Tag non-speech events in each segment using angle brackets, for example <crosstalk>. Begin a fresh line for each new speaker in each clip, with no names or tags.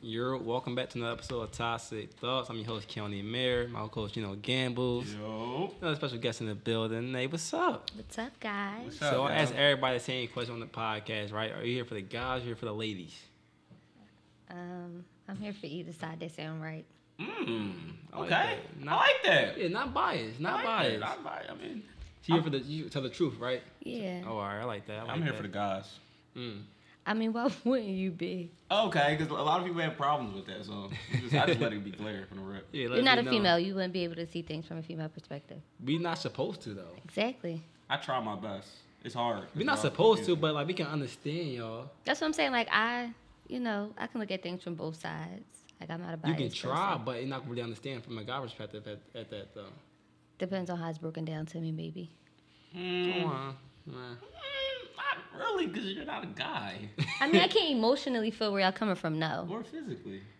You're welcome back to another episode of Toxic Thoughts. I'm your host, Keone Mayer. My co-host, you know, Gambles.
Yo.
Another special guest in the building. Hey, what's up?
What's up, guys?
What's up,
so I
y'all?
asked everybody the same question on the podcast, right? Are you here for the guys or here for the ladies?
Um, I'm here for either side. They sound right.
Mm,
I like
okay. I
that.
like that.
Yeah, not biased,
I
not
like
biased.
that. I'm biased. I mean,
She here for the you tell the truth, right?
Yeah.
Oh, all right, I like that. I like
I'm here
that.
for the guys.
Mm.
I mean, why <laughs> wouldn't you be?
Okay, because a lot of people have problems with that, so <laughs> you just, I just let it be clear from the rip.
Yeah, let
You're
me
not a
know.
female. You wouldn't be able to see things from a female perspective.
We not supposed to though.
Exactly.
I try my best. It's hard.
We not supposed to, but like we can understand y'all.
That's what I'm saying. Like I, you know, I can look at things from both sides. Like I'm not a
You
biased
can try,
person.
but you're not gonna really understand from a guy perspective at, at that though.
Depends on how it's broken down to me, maybe.
Mm, mm,
Uh, nah.
not really, because you're not a guy. <laughs>
I mean, I can't emotionally feel where y'all coming from, no.
or physically.
<laughs>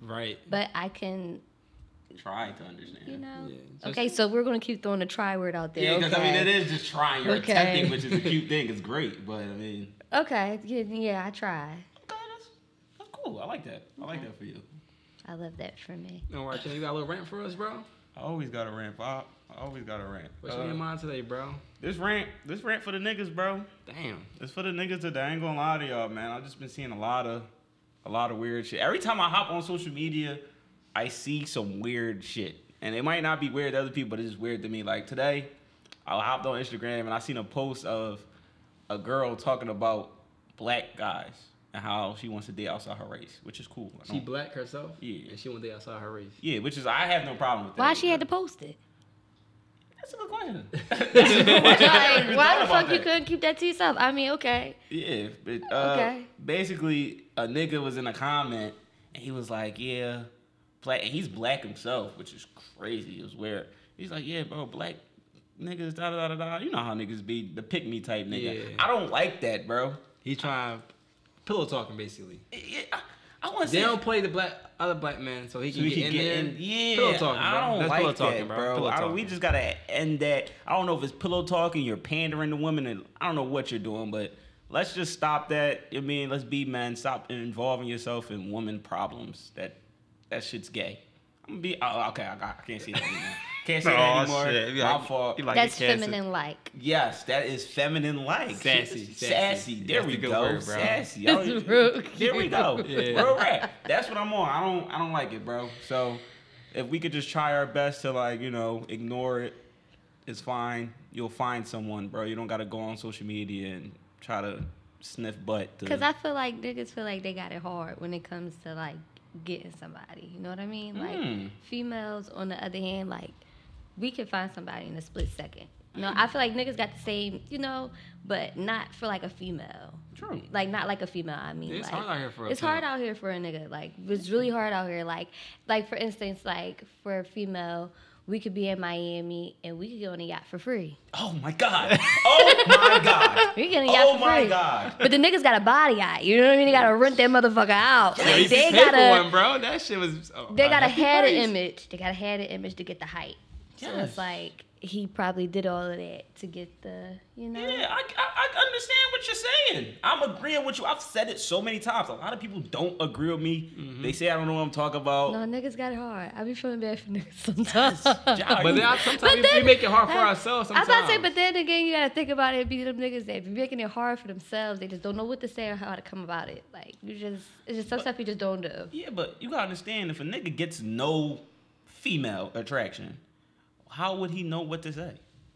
Right.
But I can,
Try to understand.
you know.
Yeah, just-
okay, so we're gonna keep throwing the try word out there.
Yeah, because
okay.
I mean, it is just trying. You're
Okay.
attempting, which is a cute thing. It's great, but I mean,
Okay. Yeah, yeah, I try.
okay, that's, that's cool. I like that. I like that for you.
I love that for me.
All right, Ken, you got a little rant for us, bro?
I always got a rant. I, I always got a rant.
What's
Uh,
on your mind today, bro?
This rant, this rant for the niggas, bro.
Damn.
It's for the niggas today. I ain't gonna lie to y'all, man. I've just been seeing a lot of, a lot of weird shit. Every time I hop on social media, I see some weird shit, and it might not be weird to other people, but it's just weird to me. Like today, I hopped on Instagram and I seen a post of a girl talking about black guys and how she wants to date outside her race, which is cool. I
She
don't-
black herself?
Oh. Yeah.
And she one day outside her race.
yeah, which is I have no problem with that.
Why she had to post it?
That's a good <laughs> question.
<laughs>
<laughs> like, why
thought
the
about
fuck you
that.
couldn't keep that to yourself? I mean, okay.
Yeah, but uh,
Okay.
basically, a nigga was in a comment and he was like, "Yeah, black." And he's black himself, which is crazy. It was weird. He's like, "Yeah, bro, black niggas, da da da da." da." You know how niggas be the pick me type nigga.
Yeah.
I don't like that, bro.
He trying pillow talking basically.
Yeah, I, I want to
They
say
don't play the black other black man so he
so
can
we
get
can
in
get
there.
in. Yeah,
pillow talking, bro.
I don't
That's
like
pillow talking,
that,
bro.
bro.
Pillow
I don't- we
talking.
just gotta end that. I don't know if it's pillow talking, you're pandering to women, and I don't know what you're doing, but let's just stop that. I mean, let's be men. Stop involving yourself in women problems. That that shit's gay. I'm gonna be oh, okay. I, got- I can't say that anymore.
<laughs>
Can't say
oh,
that anymore. My fault.
That's feminine like.
Yes, that is feminine like.
Sassy,
Sassy.
sassy.
There
That's
we
a good
go.
word, bro.
<laughs>
Sassy. I don't-
That's real
there we
cute.
go.
<laughs> Yeah.
Real rap. That's what I'm on. I don't I don't like it, bro. So if we could just try our best to like, you know, ignore it, it's fine. You'll find someone, bro. You don't gotta go on social media and try to sniff butt to
Because I feel like niggas feel like they got it hard when it comes to like getting somebody. You know what I mean? Like
Hmm.
Mm.
females, on the other hand, like we can find somebody in a split second. No, I feel like niggas got the same, you know, but not for like a female.
True.
Like not like a female. I mean,
It's
like,
hard out here for a
it's
female.
hard out here for a nigga. Like it's really hard out here. Like like for instance, like for a female, we could be in Miami and we could go on a yacht for free.
Oh
<laughs>
my god. Oh my
<laughs>
god.
We getting yacht
oh
for
my
free.
god.
But the niggas got a body out. You know what I mean? They gotta rent that motherfucker out.
Yo,
Like,
you
they
should pay for
gotta
one, bro. That shit was. oh,
they gotta
happy
have an
place.
image. They gotta have an image to get the hype. So
Yes.
it's like he probably did all of that to get the you know.
Yeah, I, I, I understand what you're saying. I'm agreeing with you. I've said it so many times. A lot of people don't agree with me. They say I don't know what I'm talking about.
No, niggas got it hard. I be feeling bad
<laughs>
for niggas sometimes. <laughs>
Josh.
But then I, sometimes we- we make it hard for ourselves.
I was
Sometimes.
about to say, but then again, you gotta think about it. Be them niggas that be making it hard for themselves. They just don't know what to say or how to come about it. Like you just, it's just some stuff you just don't do.
Yeah, but you gotta understand if a nigga gets no female attraction, how would he know what to say?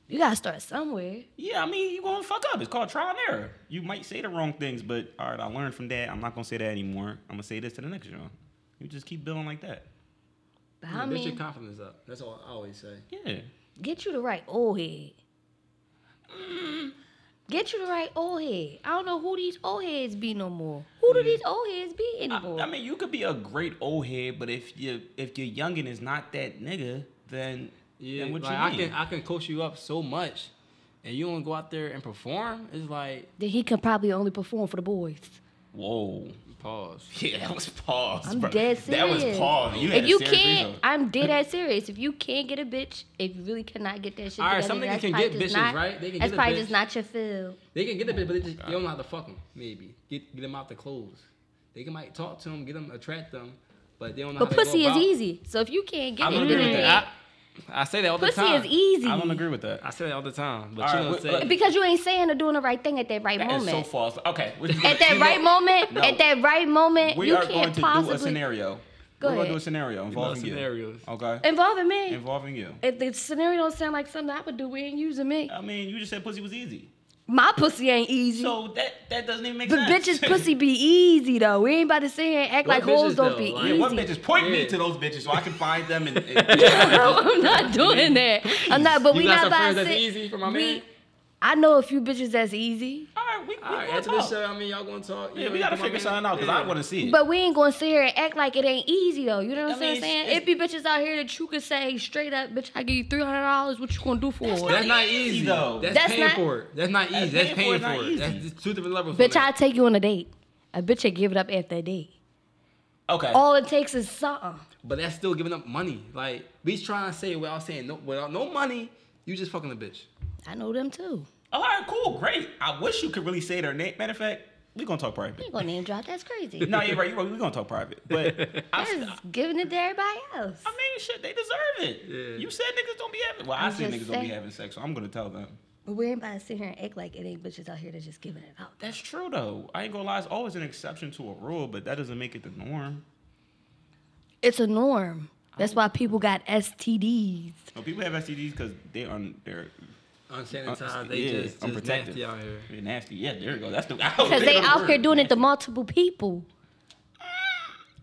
You gotta start somewhere.
Yeah, I mean, you gonna fuck up. It's called trial and error. You might say the wrong things, but all right, I learned from that. I'm not gonna say that anymore. I'm gonna say this to the next show. You just keep building like that.
But
Yeah,
I
get your
mean,
confidence up. That's all I always say.
Yeah.
Get you the right old head. Mm-hmm. Get you the right old head. I don't know who these old heads be no more. Who do these old heads be
I,
anymore?
I mean, you could be a great old head, but if you if your youngin is not that nigga, then
Yeah,
then what
like
you
I
mean?
can I can coach you up so much, and you don't go out there and perform. It's like
then he can probably only perform for the boys.
Whoa. <laughs>
pause.
Yeah, that was pause.
I'm
bro.
dead
That was
serious.
pause. You had
if
a
you
serious
can't,
reason.
I'm dead ass serious. If you can't get a bitch, if you really cannot get that shit
All right,
together,
some niggas
that's
can
probably
get
just
bitches,
not-
right? They can
that's
get a
probably
bitch.
just not your feel.
Oh They can get a bit, but they just you don't know how to fuck them. Maybe get get them out the clothes. They can might talk to them, get them, attract them, but they don't know.
But
how to go
pussy is
about-
easy. So if you can't get
I
it,
don't
you
agree with
can't.
that. I, I say that all the
Pussy
time.
is easy.
I don't agree with that.
I say that all the time, but
All
you
right,
don't
what-
say.
what-
Because you ain't saying or doing the right thing at that right
That is so
moment.
false. Okay. we're-
at that
you
right
know-
moment,
No.
at that right moment,
We
you
are going
can't
to do a
possibly
scenario.
Go
We're going to do a
ahead.
scenario involving you.
scenarios.
Okay.
involving me.
Involving you.
if the scenario don't sound like something I would do, it ain't using me.
I mean, you just said pussy was easy.
My pussy ain't easy.
So that that doesn't even make
but
sense. <laughs>
bitches pussy be easy though. We ain't about to sit here and act
What
like hoes
bitches,
don't
though?
be
Like,
Yeah,
easy.
what bitches? Point me
Yeah.
to those bitches so I can find them and.
<laughs>
and
No, <laughs> I'm not doing that. I'm not. But
You
we
got
not
some
about
friends
to
that's
sit-
easy for my
we-
man?
I know a few bitches that's easy,
all right, we, we
All right,
gonna
after this
talk.
show, I mean, y'all gonna talk. you
Yeah,
know,
we
you
gotta
come
figure
on,
something
man.
out because I
Yeah.
want to see it.
but we ain't gonna sit here and act like it ain't easy though. You know what
I mean,
I'm saying?
it's-
saying?
it's-
It be bitches out here that you could say straight up, bitch, I give you three hundred dollars. What you gonna do for it?
That's not easy though. That's,
That's
paying
not-
for it. That's not easy. That's paying for
not
it.
easy.
That's just two different levels.
Bitch,
from
I
that.
take you on a date. A bitch I give it up after a date.
okay.
All it takes is something.
But that's still giving up money. Like, we trying to say without saying no, without no money, you just fucking a bitch.
I know them too.
all right, cool, great. I wish you could really say their name. Matter of fact, we gonna talk private.
I ain't gonna name drop. That's crazy.
no, you're right. You're right. We gonna talk private. <laughs> But I,
That's giving it to everybody else.
I mean, shit, they deserve it.
Yeah.
You said niggas don't be having. Well, i
I'm
said
just
niggas don't be
saying.
having sex, so I'm gonna tell them.
But we ain't about to sit here and act like it ain't bitches out here that's just giving it out.
That's true though. I ain't gonna lie. It's always an exception to a rule, but that doesn't make it the norm.
It's a norm. That's why people got STDs.
No, people have STDs because they are they're
Uh, Unsanitized, they
yeah,
just, just
unprotected.
nasty out here.
They're nasty. Yeah, there you go. That's the <laughs>
Because they out here doing it to multiple people.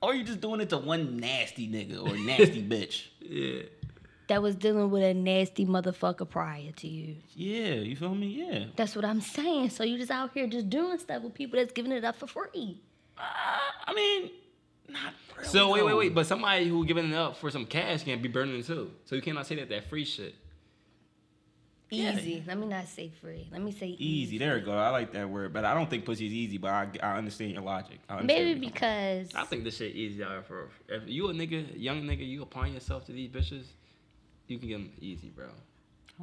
Or you just doing it to one nasty nigga or nasty
<laughs>
bitch.
Yeah.
That was dealing with a nasty motherfucker prior to you.
Yeah, you feel me? Yeah.
That's what I'm saying. So you just out here just doing stuff with people that's giving it up for free.
I mean, not really.
So wait, wait,
though.
wait. But somebody who giving it up for some cash can be burning too. So you cannot say that that free shit.
Yeah.
Easy. Let me not say free. Let me say
Easy.
easy.
There you go. I like that word, but I don't think pussy's easy. But I, I understand your logic. I understand where
Maybe
you're coming
because
I think this shit easy out here for if you a nigga, young nigga, you applying yourself to these bitches, you can get them easy, bro.
from.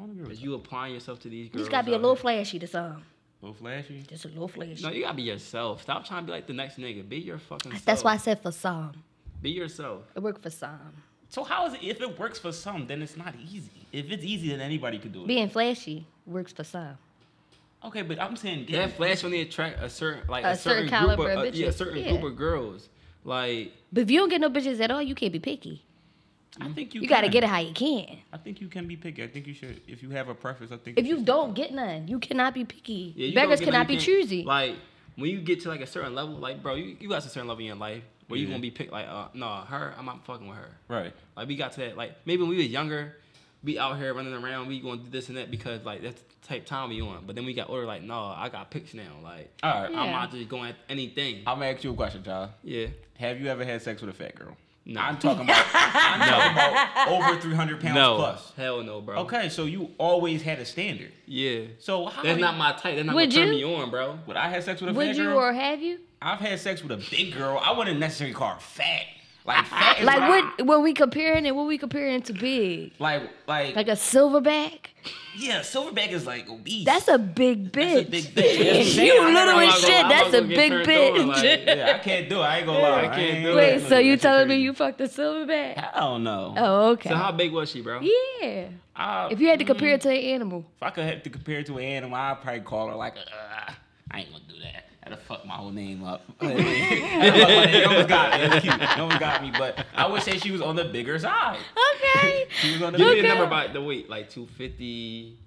I don't agree with
If
you.
you applying yourself to these
you
girls,
just gotta be a
out
little
here-
flashy to some.
Little flashy.
Just a little flashy.
No, you gotta be yourself. Stop trying to be like the next nigga. Be your fucking.
That's
self.
why I said for some.
Be yourself.
It worked for some.
So how is it? If it works for some, then it's not easy. If it's easy, then anybody could do it.
Being flashy works for some.
okay, but I'm saying
Yeah,
get
flash only attract a certain like
A
a, certain,
certain
group of,
caliber of
uh, yeah, a
bitches.
certain
Yeah.
group of girls. Like
But if you don't get no bitches at all, you can't be picky.
I think you.
You gotta
can.
get it how you can.
I think you can be picky. I think you should. If you have a preference, I think.
If you
should-
don't get none, you cannot be picky.
yeah, you don't
Beggars
get-
cannot
you
be
can't-
choosy.
Like when you get to like a certain level, like bro, you, you got to a certain level in your life where you
Yeah.
gonna be picked. Like uh, no, her, I'm not fucking with her.
Right.
Like we got to that. Like maybe when we was younger, we out here running around, we going to do this and that because like that's the type of time we on. But then we got older, like no, I got picks now. Like
All right.
I'm
Yeah.
not just going at anything.
I'm gonna ask you a question, John.
yeah.
Have you ever had sex with a fat girl?
No.
I'm talking about. I'm talking about over 300 pounds
No.
plus.
Hell no, bro.
Okay, so you always had a standard.
Yeah.
So how
That's
you-
not my type. That's not
Would
what turn
you?
me on, bro.
Would I have sex with a
Would
fat
you
girl?
or have you?
I've had sex with a big girl. I wouldn't necessarily call her fat.
<laughs>
Like fat is
Like
what? I-
what when we comparing it, what we comparing to big?
like like
Like a silverback?
yeah, silverback is like obese.
That's a big
That's
bitch.
a big bitch. That's what I'm
<laughs> you
saying.
I'm
little <laughs> as
not gonna-
shit,
I'm
that's
not
a
gonna
big
get turned on,
bitch.
like-
yeah, I can't do it. I ain't gonna lie.
I can't
ain't-
do it.
<laughs> Wait, so you
That's
telling me
crazy.
you fucked a silverback?
Hell no.
Oh, okay.
So how big was she, bro?
yeah.
I-
If you had to compare it to an animal,
If I could have to compare it to an animal, I'd probably call her like, uh, I ain't gonna do that. That'll fuck my whole name up. <laughs> That'll fuck my name. no one got me. That's cute. No one got me, but I would say she was on the bigger side.
<laughs> okay.
She was on the
Give me
bigger
a
Okay.
number by the weight, like 250,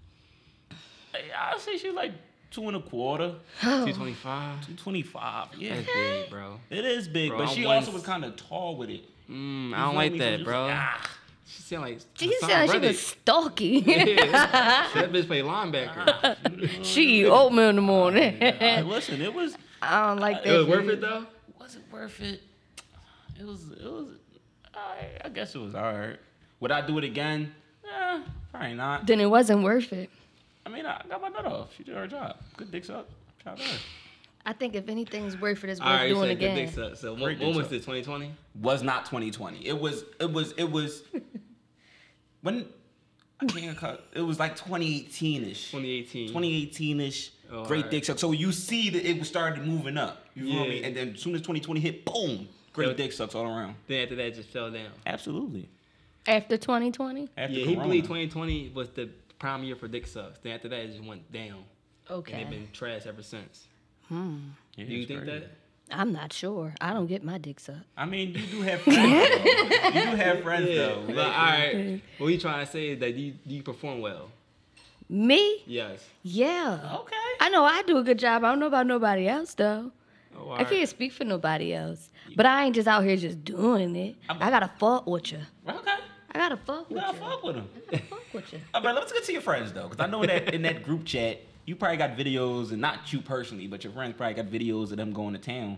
I'd say she was like two and a quarter,
Oh.
225.
225. Yeah.
That's big, bro.
It is big,
Bro,
but
I'm
she
one-
also was kind of tall with it. You
Mm, I don't
feel
like
me? So
that,
just
bro.
ah.
She sound like
She
Hassan
sounded like she
Reddick.
was stalking.
<laughs> Yeah. that bitch play linebacker.
<laughs> she eat oatmeal in
<laughs>
the morning.
Hey, listen, it was.
I don't like that.
it was worth
food.
it though.
Was it worth it? It was. It was. I, I guess it was alright. Would I do it again? Eh, probably not.
Then it wasn't worth it.
I mean, I got my nut off. She did her job. Good dick up. Shout out to her.
I think if anything's worth it, it's worth
All right, you
doing
said good
again.
dick suck. So
Great
when,
dick
when was
suck.
this? 2020.
Was not 2020. It was. It was. It was. when I can't cut. It was like 2018 ish.
2018.
2018 ish.
Oh,
great
alright.
dick suck. So you see that it was started moving up. You feel
Yeah.
me? And then as soon as 2020 hit, boom, great
Yo.
dick sucks all around.
Then after that, it just fell down.
Absolutely.
After 2020?
After
yeah, he
Corona.
believed 2020 was the prime year for dick sucks. Then after that, it just went down. And
Okay.
they've
Hmm.
been trash ever since.
Yeah,
Do you
it's
think
crazy.
that?
I'm not sure. I don't get my dick sucked.
I mean, you do have friends. though. You do have friends
yeah.
though.
Like, all right. What you trying to say is that do you, do you perform well?
Me?
Yes.
Yeah.
Okay.
I know I do a good job. I don't know about nobody else though.
Oh,
I can't speak for nobody else. But I ain't just out here just doing it.
I'm-
I gotta fuck with you.
Okay.
I gotta fuck
You
with
gotta
you.
fuck with them.
I gotta fuck with you.
Uh, but let's get to your friends though, because I know that in that group chat, you probably got videos, and not you personally, but your friends probably got videos of them going to town,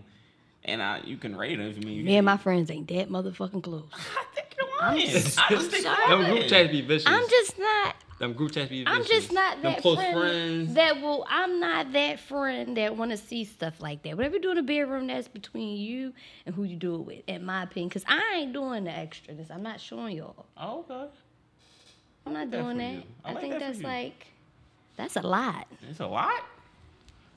and uh, you can rate them. If you mean, you
Me and my friends ain't that motherfucking close.
I think you're lying. I just think
sorry.
you're
Them
lying.
group chats be vicious.
I'm just not
Them group chats be
I'm
vicious.
just not
Them
that
close
friend
friends.
that will. I'm not that friend that want to see stuff like that. Whatever you do in the bedroom, that's between you and who you do it with, in my opinion. Cause I ain't doing the extraness. I'm not showing y'all.
Oh, okay.
I'm not
that
doing
for
that.
you. I
I,
like
think
that for
that's
you.
like, that's a lot.
It's a lot.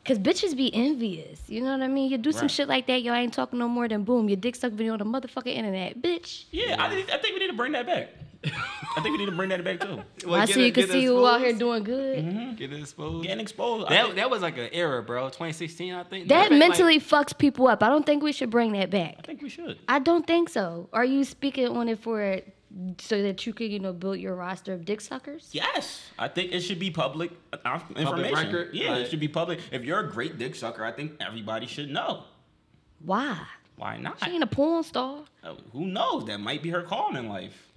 Cause bitches be envious. You know what I mean? You do some
Right.
shit like that, y'all ain't talking no more than boom. Your dick suck video on the motherfucking internet, bitch.
Yeah, I, think- I think we need to bring that back. I think we need to bring that back <laughs> too.
Well,
Why
get
so you
it-
can
get
see who out here
exposed.
doing good.
Get it exposed.
Getting exposed. I
That,
think-
that was like an era, bro. 2016, I think.
That
Matter of fact,
mentally fucks people up. I don't think we should bring that back.
I think we should.
I don't think so. Are you speaking on it for so that you can, you know, build your roster of dick suckers?
Yes, I think it should be public uh, information.
record,
yeah,
like-
it should be public. If you're a great dick sucker, I think everybody should know.
Why?
Why not?
She ain't a porn star.
Uh, Who knows? That might be her calling in life.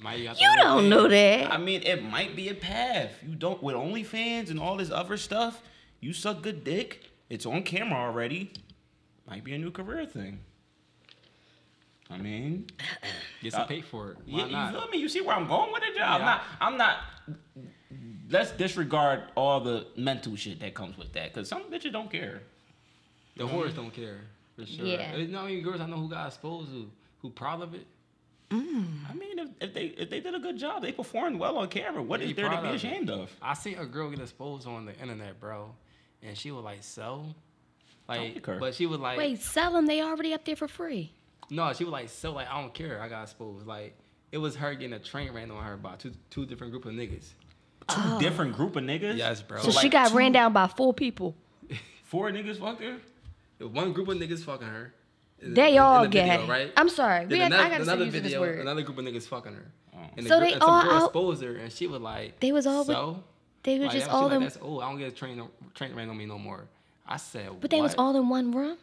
Mike, got
You
the-
don't know
I
that.
mean, it might be a path. You don't with OnlyFans and all this other stuff. You suck good dick. It's on camera already. Might be a new career thing. I mean,
Get some pay for it. Why
yeah,
not?
you feel me? You see where I'm going with it, y'all?
Yeah.
I'm not. I'm not. Let's disregard all the mental shit that comes with that, because some bitches don't care.
The whores don't care for sure.
Yeah.
It's not even girls. I know who got exposed to, who proud of it.
I mean, if, if they if they did a good job, they performed well on camera. What
They
is there to
proud
be
of it.
ashamed of?
I seen a girl get exposed on the internet, bro, and she was like, "So." Like,
like her.
but she was like,
Wait, sell them. They already up there for free.
no, she was like, so like, I don't care. I got exposed. Like, it was her getting a train ran on her by two two different group of niggas.
Two different group of niggas.
Yes, bro.
Oh. So,
So
she
like,
got
two-
ran down by four people.
Four niggas fucked her.
One group of niggas fucking her. in- in
They
the
all
video,
gay.
right?
I'm sorry.
Then
We have,
another,
I gotta stop
another
using this
video,
word.
another group of niggas fucking her. And
So
the,
they
girl- and some
all
girl
out-
exposed her, and she was like,
They was all with-
so?
they were
Like,
just
that- she
all
like,
them,
That's old. I don't get a train no- train ran on me no more. I said,
but they was
"What?"
all in one room.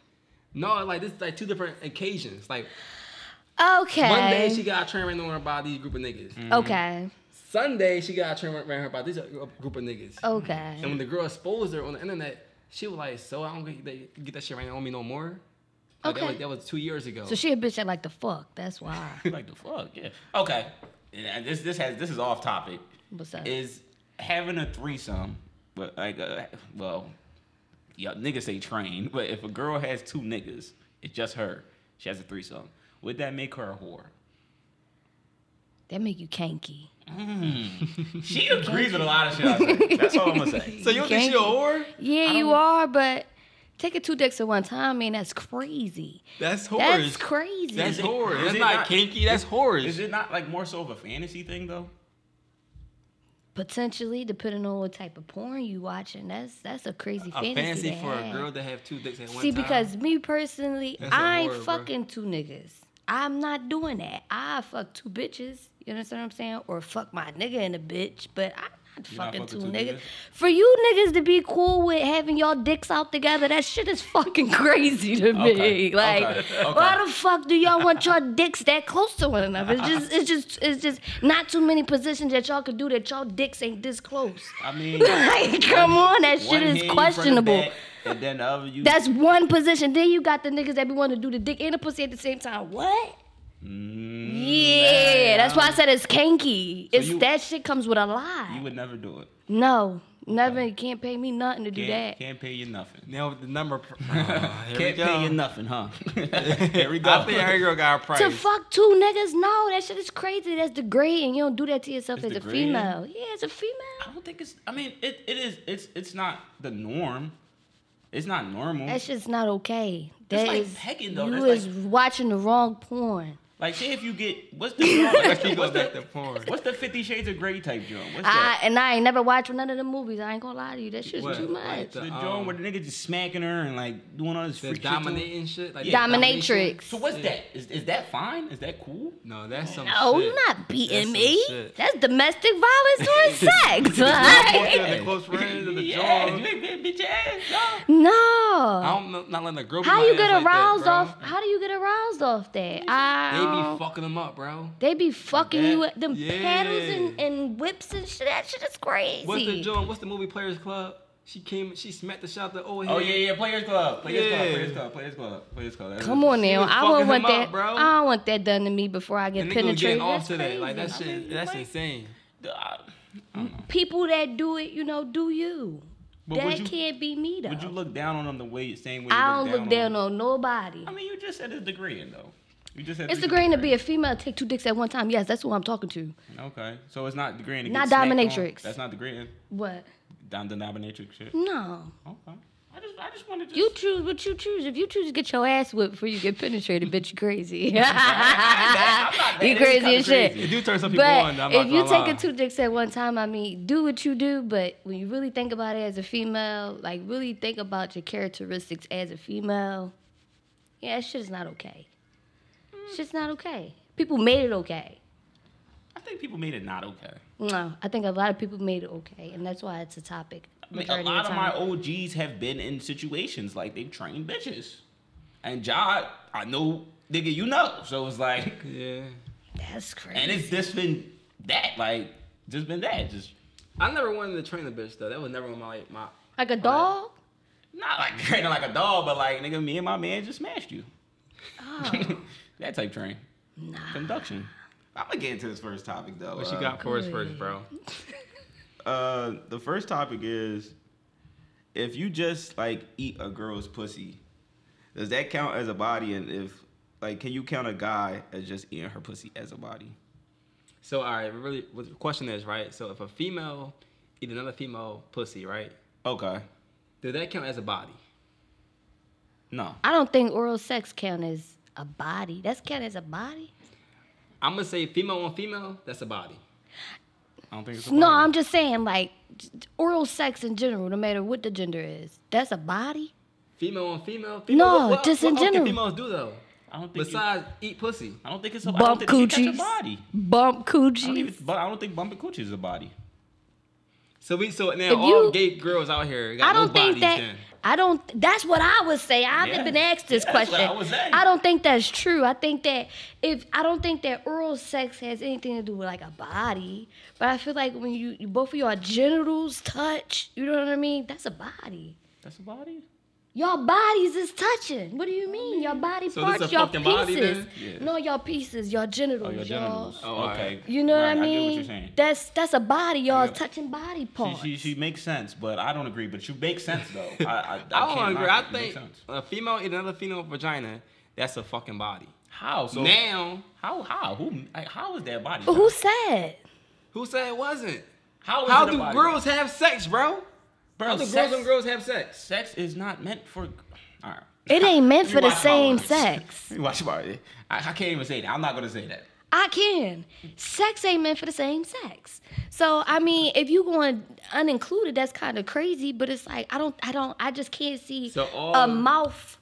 No, like this, is like two different occasions. Like
Okay. Mm.
one day she got a train ran on her by these group of niggas.
okay.
Sunday she got a train ran on her by this uh, group of niggas.
Okay.
And when the girl exposed her on the internet, she was like, "So I don't get that, get that shit ran on me no more." Like,
Okay.
That was, that was two years ago.
So she a bitch that like to fuck. That's why.
like the fuck, yeah. Okay. And this this has this is off topic.
What's up?
Is having a threesome, but like uh, well, yeah, niggas say train, but if a girl has two niggas, it's just her. She has a threesome. Would that make her a whore?
That make you kanky.
She agrees with a lot of shit. I say. That's all
<laughs>
I'm gonna say.
So you don't think she a whore?
Yeah, you are, but taking two dicks at one time, man, that's crazy.
That's
That's crazy.
That's
Is it-
whore.
is
That's
it
not
not-
kinky. That's whore.
Is it not like more so of a fantasy thing though?
Potentially, depending on what type of porn you watching, that's that's a crazy
a
fantasy.
fancy
to
for a
have.
girl to have two dicks at one
See,
time?
because me personally,
That's a
I ain't
whore, bruh.
fucking two niggas. I'm not doing that. I fuck two bitches. You understand what I'm saying? Or fuck my nigga and a bitch, but I'm not
not
fucking two,
fucking two
niggas.
niggas?
For you niggas to be cool with having y'all dicks out together, that shit is fucking <laughs> crazy to me.
Okay,
Like,
okay, okay.
why the fuck do y'all want y'all dicks that close to one another? It's just, it's just, it's just not too many positions that y'all could do that y'all dicks ain't this close. <laughs>
I mean,
like, come on,
one
that shit
hand in front of
is
the
questionable.
back, and then the other you.
That's one position. Then you got the niggas that be wanting to do the dick and the pussy at the same time. What?
Mm,
Yeah, that's why I said it's kinky. It's
you-
that shit comes with a
Mm, you
lie.
would never do it.
No, Nothing. You can't pay me nothing to do
Can't,
that.
can't pay you nothing.
Now with the number. pr- Ah, <laughs> here
Can't
we go.
pay you nothing, huh?
<laughs>
Here we go.
I think every girl got a price.
To fuck two niggas? No, that shit is crazy. That's degrading. You don't do that to yourself
It's
as
degrading?
a female. Yeah, as a female.
I don't think it's. I mean, it, it is. It's it's not the norm. It's not normal.
That shit's not okay.
That's
That
like
is
pegging, though.
you
That's
is watching the wrong porn.
like, say if you get what's
<laughs>
the what's
He
the,
goes
what's
back to
the,
porn.
what's the Fifty Shades of Grey type joint? What's
I,
that?
and I ain't never watched none of the movies. I ain't gonna lie to you. That shit's
What?
too much.
Like the-
The
um,
joint where the nigga just smacking her and like doing all this
The
freak shit. to her.
dominating shit. Like
Yeah.
domination.
Dominatrix.
So what's that? Is is that fine? Is that cool?
No, that's some
no,
shit.
you're Oh, not beating
some
me.
shit.
That's domestic
<laughs>
violence during sex.
Yeah, <laughs>
Like,
the close friends and the
<laughs> yeah,
jaw.
you ain't been bitch ass. No.
I
no.
don't know, not letting a girl. Be
How
my
you
ass
get
like that,
aroused
bro.
off? How do you get aroused off that?
They
I
be fucking them up, bro.
They be fucking
that?
you at them
Yeah.
paddles and, and whips and shit. That shit is crazy.
What's the joint? What's the movie Players Club? She came, she smacked the shot the old head.
Oh yeah, yeah. Players Club. Players Club.
Yeah.
Players Club. Players Club. Players Club. That's
Come
it.
on
She
now.
was
I wouldn't
fucking
want
him
that.
up, bro.
I don't want that done to me before I get
And niggas was
penetrated.
getting off
That's
to that. Like that
crazy.
shit, that's insane.
I don't know.
People that do it, you know, do you.
But would
that
you-
can't be me though.
Would you look down on them the way same way? You
I don't look down
on.
on nobody.
I mean, you just said it's degrading though. You just said
It's degrading to be a female take two dicks at one time. Yes, that's who I'm talking to.
Okay, so it's not degrading. To
Not
get smacked on?
dominatrix.
That's not degrading.
What?
Down the dominatrix shit.
No.
Okay. I just, I just wanted to.
<laughs> You choose what you choose. If you choose to get your ass whipped before you get penetrated, bitch,
<laughs>
you crazy.
that- I'm not that-
you
that is
crazy
kinda
as shit.
crazy. It
do turn some
But if you take it two dicks at one time, I mean, do what you do. But when you really think about it as a female, like really think about your characteristics as a female. Yeah, that shit is not okay. Shit's not okay. People made it okay.
I think people made it not okay.
No, I think a lot of people made it okay, and that's why it's a topic.
I mean, a
majority
lot
the
of my
time.
OGs have been in situations like they've trained bitches, and Ja, I know, nigga, you know. So it's like,
Yeah.
That's crazy.
and it's just been that, like, just been that, just
I never wanted to train a bitch though. That was never on my like, my.
like a dog.
not like <laughs> training like a dog, but like, nigga, me and my man just smashed you.
Oh.
<laughs> that type train.
Nah.
Conduction. I'm gonna get into this first topic though.
What
Uh,
you got for us first,
good.
bro?
Uh, the first topic is if you just like eat a girl's pussy, does that count as a body? And if like, can you count a guy as just eating her pussy as a body?
So all right, really, what the question is right. So if a female eat another female pussy, right?
Okay,
Does that count as a body?
no.
I don't think oral sex count as a body. That's count as a body.
I'm gonna say female on female. That's a body.
I don't think it's a
No,
body.
I'm just saying like j- oral sex in general, no matter what the gender is, that's a body.
Female on female. female
No,
what, what,
just
what
in
else can
general.
females do though.
I don't think. it-
Besides eat pussy.
I don't think it's a. I don't
Bump
think it counts as
coochies.
a body.
Bump
I don't
coochie.
even. But I don't think bumping coochie is a body.
So we so now
If
all
you-
gay girls out here got
I don't
no
think
bodies
that.
then.
I don't. That's what I would say. I've
Yeah.
been asked this
Yeah, that's
question.
what I would say.
I don't think that's true. I think that if I don't think that oral sex has anything to do with like a body, but I feel like when you, you both of your genitals touch, you know what I mean? That's a body.
That's a body.
Your bodies is touching. What do you mean? Your body
So this
parts,
a
your
fucking body
pieces.
then?
Yeah.
No, your pieces, your genitals,
Oh, your
y'all.
genitals.
Oh,
okay.
You know
Right,
what I
I
mean?
get what you're saying.
That's that's a body, y'all
get-
touching body parts.
She, she she makes sense, but I don't agree. But you make sense
<laughs>
though. I I, I,
I don't
can't
agree.
knock
I
it. You make
think
sense.
a female in another female vagina, that's a fucking body.
how so
now,
how how who like, how is that body?
But who said?
who said it wasn't?
How, is
How
it a
do
body?
girls have sex, bro?
Bro,
How do
sex,
girls and girls have sex?
sex is not meant for. All right.
It ain't meant for
You
the
watch my
same
words. <laughs>
sex.
You Watch about it. I, I can't even say that. I'm not gonna say that.
I can. Sex ain't meant for the same sex. So I mean, if you going unincluded, that's kind of crazy. But it's like I don't, I don't, I just can't see
So
a
all-
mouth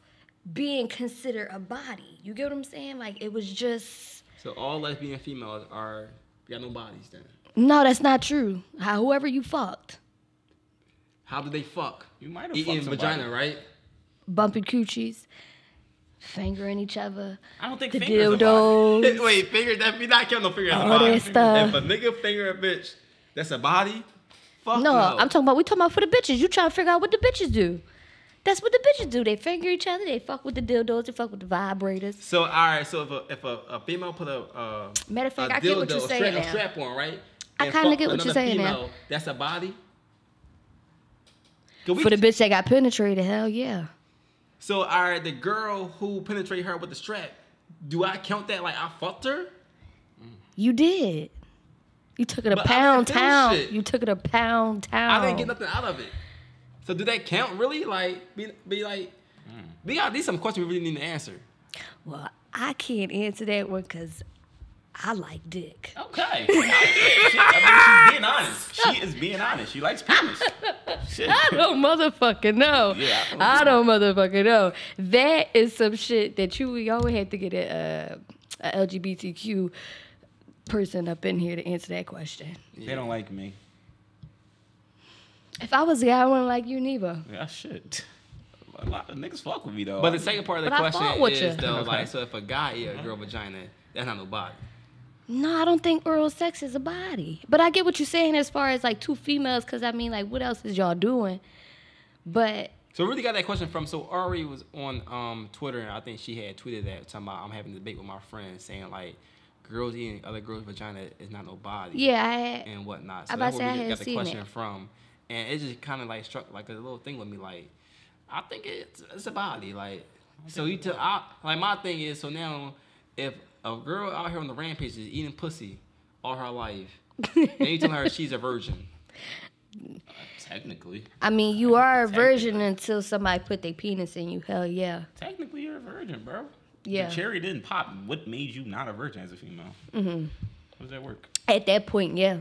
being considered a body. You get what I'm saying? Like it was just.
So all lesbian females are got no bodies then.
No, that's not true. How, whoever you fucked,
How do they fuck?
You might have
Eating
fucked somebody.
vagina, right?
bumping coochies, fingering each other,
I don't think
the
fingers are body.
dildos.
<laughs> <laughs> Wait, finger that we not counting no finger as a
All
body.
that stuff.
If a nigga finger a bitch, that's a body. Fuck
No,
Oh, no.
I'm talking about we talking about for the bitches. You trying to figure out what the bitches do. That's what the bitches do. They finger each other. They fuck with the dildos. They fuck with the vibrators.
So all right, so if a if a, a female put a uh,
Matter of fact,
a
I get what
dildo,
you're
a
saying
strap, a
now.
strap on, right?
I
And
kinda
fuck
get what
another
you're saying now.
That's a body. Cause we-
For the bitch that got penetrated, hell yeah.
So are the girl who penetrated her with the strap? Do I count that like I fucked her?
You did. You took it a
But I
pound
didn't finish
town.
it.
You took it a pound town.
I didn't get nothing out of it. So do that count really? Like be, be like we got these some questions we really need to answer.
Well, I can't answer that one because I like dick.
Okay.
<laughs>
she, I mean, she's being honest. She is being honest. She likes
<laughs>
penis. Shit.
I don't motherfucking know.
Yeah,
I don't motherfucking know. That is some shit that you we always had to get a, uh, a LGBTQ person up in here to answer that question.
They don't like me.
If I was a guy, I wouldn't like you neither.
Yeah, shit. A lot of niggas fuck with me though.
But the second part of the
But I fought
question
with
is
you.
though, like so if a guy eat a girl vagina, that's not no body.
No, I don't think oral sex is a body. But I get what you're saying as far as like two females, because I mean, like, what else is y'all doing? But
So we really got that question from so Ari was on um, Twitter and I think she had tweeted that talking about I'm having a debate with my friend saying like girls eating other girls' vagina is not no body.
yeah, I had,
and whatnot. So
I about
that's
to
where
say I
we
had
got the
seen
question
it.
from, and it just kind of like struck like a little thing with me. Like, I think it's it's a body. Like, so you tell I like my thing is so now if a girl out here on the rampage is eating pussy all her life, then you tell
<laughs>
her she's a virgin.
Uh, technically,
I mean, you are a
Exactly.
virgin until somebody put their penis in you. Hell yeah.
technically you're a virgin, bro.
Yeah.
The cherry didn't pop. What made you not a virgin as a female? Mm-hmm. How does that work?
At that point, yeah.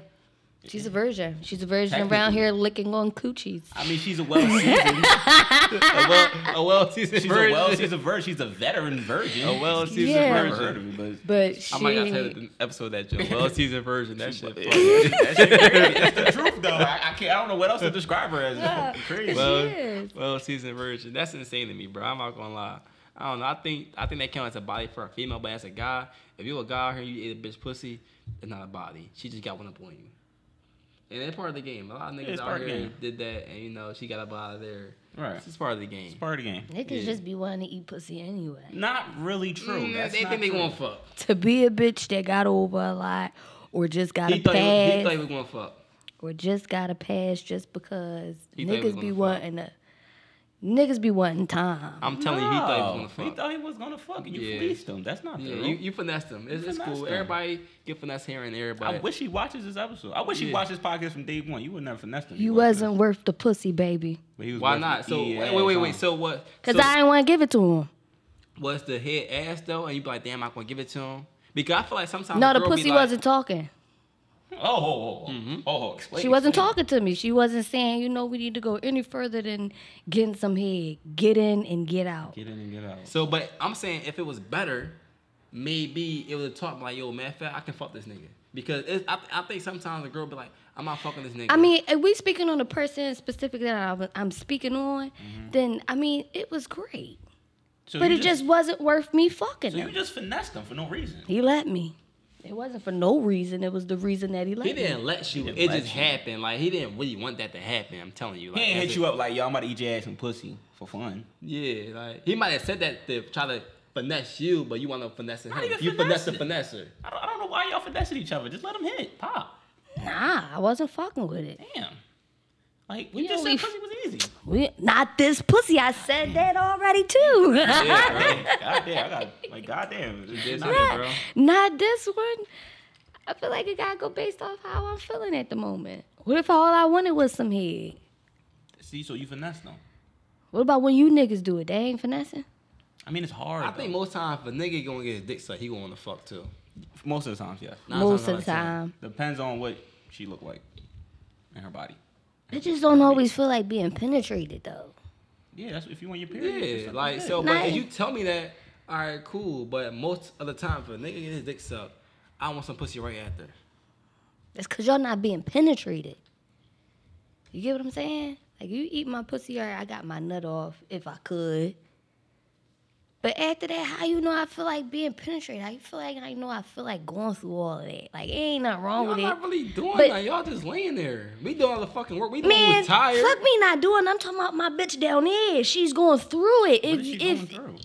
She's a virgin. She's a virgin around
Technically.
here licking on coochies.
I mean, she's a well seasoned.
<laughs>
a well,
A well seasoned <laughs>
she's a well seasoned virgin. She's a veteran virgin.
A well seasoned
Yeah.
Never
virgin.
heard of it, but
But she,
I might have said an episode that
<laughs>
joke. Well seasoned virgin. <laughs> That shit.
Yeah,
fuck.
That's that's the truth, though. I, I can't. I don't know what else to describe her as. It's
Yeah.
fucking <laughs> crazy.
Well-
well,
is.
well seasoned virgin. That's insane to me, bro. I'm not gonna lie. I don't know. I think I think that counts as a body for a female, but as a guy, if you a guy out here, you ate a bitch pussy, it's not a body. She just got one up on you. And that's part of the game. A lot of
Yeah,
niggas
it's
out
part of
here
the game.
did that, and you know she got up out of there.
Right.
It's part of the game.
it's part of the game.
niggas just be wanting to eat pussy anyway.
Not really true.
Mm,
That's
they
not
think they
true.
gonna fuck.
To be a bitch that got over a lot or just got
He
a
thought he, was- he
pass
thought he was gonna fuck.
or just got a pass just because
He thought he was
niggas be
gonna fuck.
wanting to. Niggas be wanting time.
I'm telling you, he thought he
No,
was gonna
He
fuck.
thought he was gonna fuck. You
Yeah.
fleeced him. That's not
yeah,
true.
you, you finessed him. It's, it's
finessed
cool.
him.
Everybody get finesse here and everybody.
I wish he watches this episode. I wish
Yeah.
he watched this podcast from day one. You would never finesse him.
you
like
wasn't worth the pussy, baby.
this. But he was E
Why
worth
not?
it.
So
Yeah,
wait, wait, wait, wait.
son.
So what?
Because
so-
I didn't want to give it to him.
was the head ass though, and you be like, damn, I'm gonna give it to him. Because I feel like sometimes
No,
a
the
girl be
pussy
like-
wasn't talking.
oh, oh, oh, oh, oh, oh, explain,
She wasn't
explain.
talking to me. She wasn't saying, you know, we need to go any further than getting some head. Get in and get out.
Get in and get out.
So, but I'm saying if it was better, maybe it would talk like, yo, man, fat, I can fuck this nigga. Because it's, I, I think sometimes a girl be like, I'm not fucking this nigga.
I mean, if we speaking on the person specific that I'm, I'm speaking on, then I mean, it was great,
Mm-hmm. So
but
you
it just, wasn't worth me fucking
So you
him.
just finessed him for no reason.
he let me. It wasn't for no reason. It was the reason that he let
he
me.
didn't let you.
didn't
it
let
just
you.
happened. Like he didn't really want that to happen. I'm telling you.
He
Like,
ain't
as
hit
a-
you up like, yo, I'm about to eat your ass and pussy for fun.
Yeah, like he might have said that to try to finesse you, but you want to finesse him.
Not even
You finesse the
finesse
finesser.
I don't, I don't know why y'all finessing each other. Just let him hit. Pop.
Nah, I wasn't fucking with it.
Damn. Like, we
You
just
know,
said pussy
we-
was easy. <laughs>
We, not this pussy. I said that already too.
Yeah,
<laughs>
bro.
God damn. I got, like, God damn.
did
It's
something.
not
Yeah, bro.
Not this one. I feel like it gotta go based off how I'm feeling at the moment. What if all I wanted was some head?
See, so you finessed him.
What about when you niggas do it? They ain't finessing.
I mean, it's hard.
I think most times if a nigga gonna get his dick sucked, he gonna want to fuck too.
most of the times, yes.
Nine
Most
times out
of the
of ten.
time,
Depends on what she looked like and her body.
they just don't always feel like being penetrated though.
Yeah, that's if you want your period. it's
Yeah,
something
like
good.
so. But
Nice.
if you tell me that, all right, cool. But most of the time, if a nigga get his dick sucked, I want some pussy right after.
That's cause y'all not being penetrated. You get what I'm saying? Like you eat my pussy, or I got my nut off if I could. But after that, how you know I feel like being penetrated? How you feel like I know I feel like going through all of that? Like it ain't nothing wrong
Y'all
with it.
not really doing
But-
that. Y'all just laying there. We doing all the fucking work. We the one
Man,
who's tired.
fuck me not doing. I'm talking about my bitch down there. She's going through it.
What
If
is she
if
going through?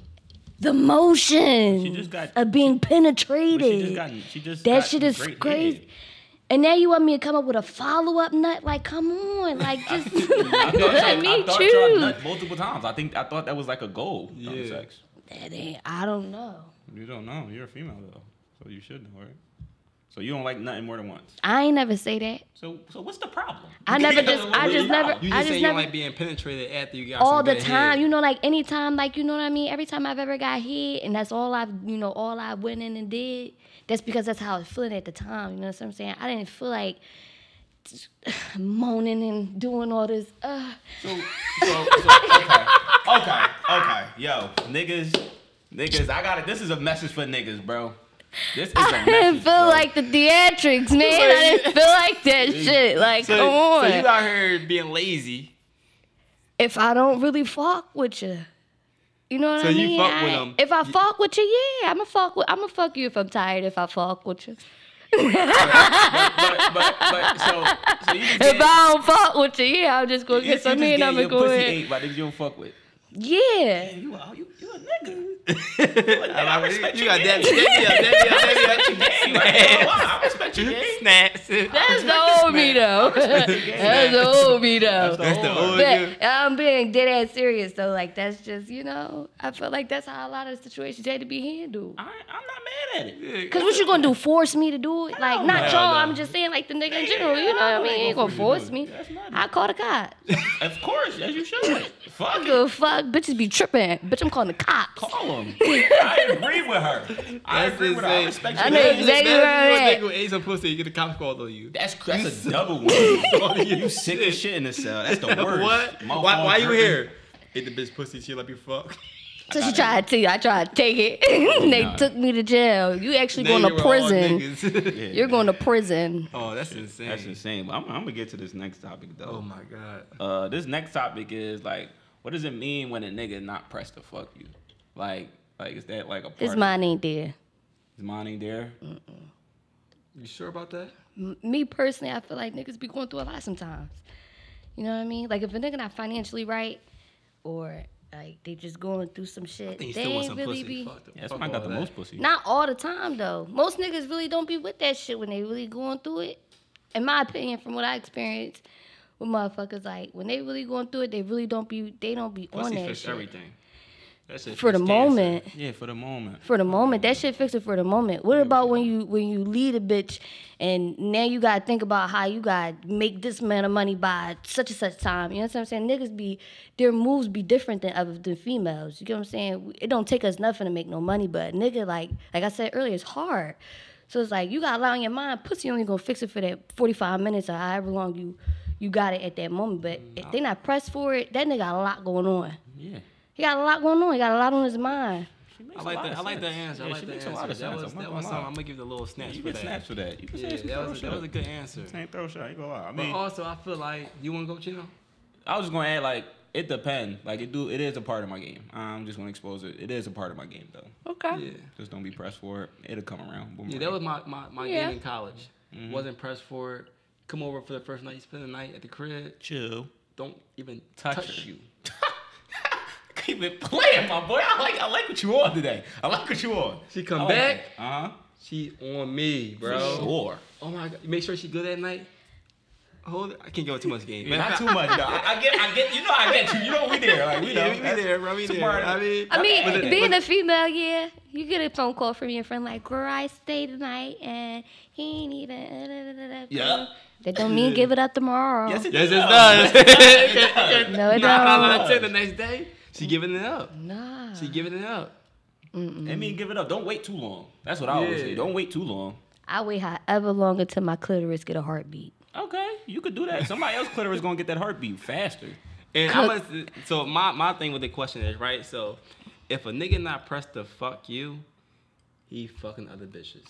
the motion
She just got-
of being
But she
penetrated,
just got. She just
that
got
shit is
great
<laughs> crazy.
head.
And now you want me to come up with a follow up nut? Like, come on, like just
<laughs> I
<laughs> like,
thought
let
y'all-
me
I thought y'all
choose.
nut multiple times. I think I thought that was like a goal. Yeah.
Yeah.
Sex.
That ain't, I don't know.
You don't know. You're a female though, so you should know, right? So you don't like nothing more than once.
I ain't never say that.
So so what's the problem?
I never just, I
What's the
just never,
problem?
You
I
just
just
saying you
never.
like being penetrated after you got
all
some
the
good
time.
head.
You know, like anytime, like you know what I mean. Every time I've ever got hit, and that's all I've, you know, all I went in and did. That's because that's how I was feeling at the time. You know what I'm saying? I didn't feel like <sighs> moaning and doing all this. Uh,
So, so, so okay, okay, okay, yo, niggas, niggas. I got it. This is a message for niggas, bro. This is a
<laughs> I
message.
didn't feel
bro.
like the theatrics, man. I didn't feel
<laughs>
like that shit. Like,
so,
come on.
so you out here being lazy.
if I don't really fuck with you. You know what
So
I
you
mean?
fuck with
I-
'em.
If I fuck with you, yeah, I'ma fuck with I'ma fuck you if I'm tired if I fuck with you.
But, but, but so, so you just
<laughs> If I
get,
don't fuck with you, yeah, I'm just gonna
you, you just
get some
get
men. I'm
your
gonna go
pussy
ahead.
ate by niggas you don't fuck with.
Yeah.
You, a- you, you a nigga.
<laughs> I like,
respect
you
your
got that. that- that-
Hey, like, wow, I respect you,
that-
gang.
that- Snaps.
That's the old me though. <laughs> That's the old me though.
That's the old you.
But I'm being dead ass serious though. Like that's just, you know, I feel like that's how a lot of situations had to be handled.
I, I'm not mad at it.
Cause what you gonna do? Force me to do it? Like not
Hell
y'all.
no.
I'm just saying like the nigga in general. You know what I mean? You ain't gonna force me.
That's not-
I call the cops.
Of course, as you
<laughs>
should. Fuck it.
Good fuck, bitches be tripping. Bitch, I'm calling the cops.
Call him. I agree with her. I
That's
agree with her. I
insane.
respect
I
you.
know
That's-
exactly where I'm at.
Nigga ate some pussy, you get a cop called on you.
That's that's
<laughs>
a double one. you sick as shit in the cell. That's the worst.
What?
My
Why,
phone
why you
dripping.
here? Ate the bitch pussy, she let me
<laughs>
fuck.
So she tried to. I tried to take it. <laughs> And they
Nah.
took me to jail. You actually going
Nigga,
to
we're all
prison.
niggas. <laughs>
Yeah,
You're going to prison.
oh, that's insane.
That's insane. But I'm, I'm gonna get to this next topic
Oh
though.
my god.
Uh, this next topic is like, what does it mean when a nigga not pressed to fuck you? Like, like is that like a part?
His
of-
mind ain't there.
His mind ain't there.
Mm. You sure about that?
M- Me personally, I feel like niggas be going through a lot sometimes. You know what I mean? Like if a nigga not financially right, or like they just going through some shit,
Think
they
you still want
ain't
some pussy.
really be.
Fuck the-
Yeah, that's
fuck
when I got
all
the
that.
most pussy.
Not all the time though. Most niggas really don't be with that shit when they really going through it. In my opinion, from what I experienced with motherfuckers, like when they really going through it, they really don't be they don't be on
Pussy
that
fix
shit.
everything. That shit
For the
fix cancer.
moment.
Yeah, for the moment.
For the moment, that shit fix it for the moment. What about when you when you lead a bitch and now you gotta think about how you gotta make this amount of money by such and such time. You know what I'm saying? Niggas be their moves be different than other than females. You get what I'm saying? It don't take us nothing to make no money, but nigga like like I said earlier, it's hard. So it's like you got a lot on your mind. Pussy only gonna fix it for that 45 minutes or however long you you got it at that moment. But if they not pressed for it, that nigga got a lot going on.
Yeah.
He got a lot going on. He got a lot on his mind.
She makes
I
a
like
lot
that.
of
I like that
sense.
answer. I
Yeah,
like
she
that
makes
answer.
a lot of
That
sense.
was
I'm not
that
gonna
was
lie.
something. I'm gonna give the little snatch
You
for
get
that.
snaps for that. You can
Yeah,
say some
that
throw
was
shit
that was a
up.
good answer.
Can't throw shit. I ain't gonna lie. I
But
mean,
also, I feel like you wanna go chill.
I was just gonna add like it depends. Like it do. It is a part of my game. I'm just gonna expose it. It is a part of my game though.
Okay.
Yeah.
Just don't be pressed for it. It'll come around.
Yeah, that was my my, my
Yeah.
game in college. Wasn't pressed for it. Come over for the first night. You spend the night at the crib.
chill.
Don't even touch,
Touch
you.
you. <laughs> Keep it playing, my boy. I like. I like what you on today. I like what you on.
She come back.
Uh huh.
She on me,
For
bro.
sure.
Oh my god. Make sure she good at night. Hold. I can't give her too much game.
Not too much. though. <laughs> I, I get. I get. You know. I get you. You know. We there. Like <laughs> we
Yeah,
know.
we there, bro. We there.
Tomorrow.
I mean,
I mean,
But it-
being
but-
a female, yeah, you get a phone call from your friend like, "Girl, I stayed tonight and he ain't even." uh, da, da, da, da."
Yeah.
That don't mean give it up tomorrow.
Yes, it
Yes, it
does.
<laughs>
does.
No, it
You know, I found out
don't.
at 10 the next day. She giving it up.
Nah.
She giving it up.
I mean, give it up. Don't wait too long. That's what I always
Yeah.
say. Don't wait too long.
I wait however long until my clitoris get a heartbeat.
Okay, you could do that. Somebody else clitoris gonna get that heartbeat faster.
And I must, so my, my thing with the question is right. So if a nigga not pressed to fuck you, he fucking other bitches.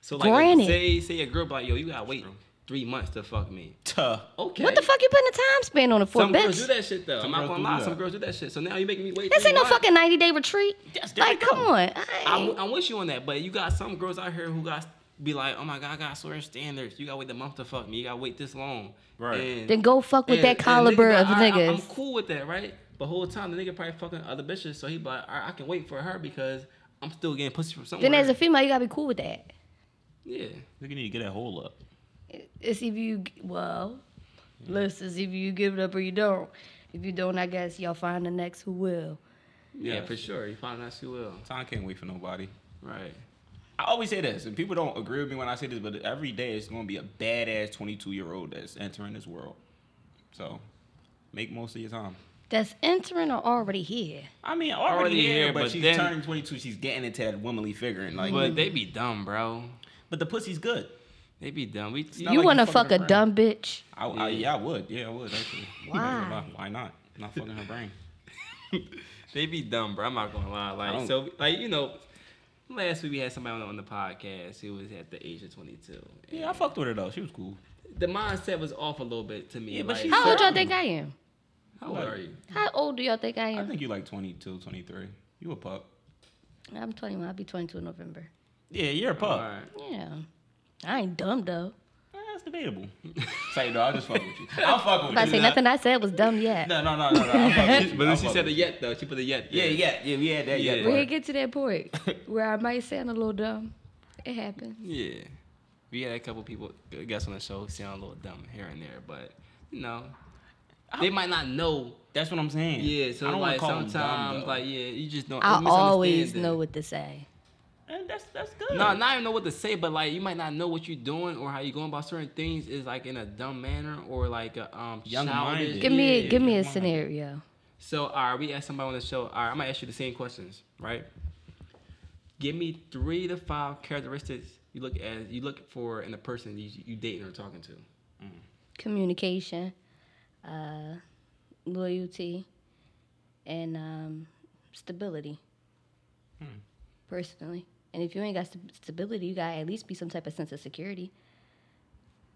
So like,
Granted.
say say a girl be like yo, you gotta wait three months to fuck me.
<laughs> Tuh.
Okay.
What the fuck you putting the time span on it for,
Some
bitch?
girls do that shit though.
Some
I'm not
girls
gonna
do
lie.
that.
Some girls do that shit. So now you making me wait.
This
three
ain't no
months.
fucking ninety day retreat.
Yes, there
like,
you
come
go.
on.
I,
I
w-
ain't-
I wish you on that, but you got some girls out here who got be like, oh my god, I got certain standards. You gotta wait a month to fuck me. You gotta wait this long.
Right.
And-
Then go fuck with
and-
that
and
caliber
niggas
of
like, "Alright, I- I'm
niggas.
cool with that, right? But whole time the nigga probably fucking other bitches, so he be like, All right, I can wait for her because I'm still getting pussy from somewhere.
Then as a female, you gotta be cool with that.
Yeah.
think you need to get that hole up.
It's if you well, let's it's if you give it up or you don't. If you don't, I guess y'all find the next who will.
Yeah,
Yes.
for sure. You find out she will.
Time can't wait for nobody.
Right.
I always say this, and people don't agree with me when I say this, but every day it's going to be a badass 22 year old that's entering this world. So make most of your time.
That's entering or already here.
I mean, already,
Already
here,
here,
but,
but
she's
then-
turning 22. She's getting into that womanly figure, and like,
But they be dumb, bro.
but the pussy's good.
They be dumb. We
not
you
like you
wanna
fucking
fuck a
around.
dumb bitch?
I, yeah. I, yeah, I would. Yeah, I would actually.
Why?
Not gonna lie. Why not? Not fucking her brain.
<laughs> they be dumb, bro. I'm not gonna lie. Like
don't-
so, like you know, last week we had somebody on, on the podcast who was at the age of 22. and
Yeah, I fucked with her though. She was cool.
The mindset was off a little bit to me.
Yeah, but
like,
she's
How old y'all
Certain.
think I am?
How old are you?
How old do y'all think I
I
am?
think you like 22, 23. You a pup.
I'm 21. I'll be 22 in November.
Yeah, you're a pup.
All right.
Yeah, I ain't dumb though.
Eh, that's debatable. <laughs> Say no, I just fuck with you. I'll fuck with
If I
you.
say nothing I said was dumb yet.
No, no, no, no, no. I'll
<laughs>
fuck with you.
But then
I'll
she
fuck
said
with
a
you.
yet though. She put a yet.
Yeah,
there.
yeah, yeah. We had that.
Yeah.
Yeah.
We
part.
We're
will get to that point where I might sound a little dumb. It happens.
Yeah. We had a couple people guests on the show who sound a little dumb here and there, but you know, they might not know.
That's what I'm saying.
Yeah, so
I don't wanna
like
call 'em dumb,
sometimes,
though.
like yeah, Oh, you just don't.
I
it's
always
misunderstanding.
know what to say.
and that's that's good.
No, not even know what to say, but like you might not know what you're doing or how you're going about certain things is like in a dumb manner or like a um
Young-minded.
childish-
Give me,
Yeah.
give me a
come on.
scenario.
So, all right, we asked somebody on the show. All right, I'm gonna ask you the same questions, right? Give me three to five characteristics you look as you look for in the person you you dating or talking to.
Communication, uh, loyalty, and um, stability.
Hmm.
Personally, and if you ain't got st- stability, you gotta at least be some type of sense of security.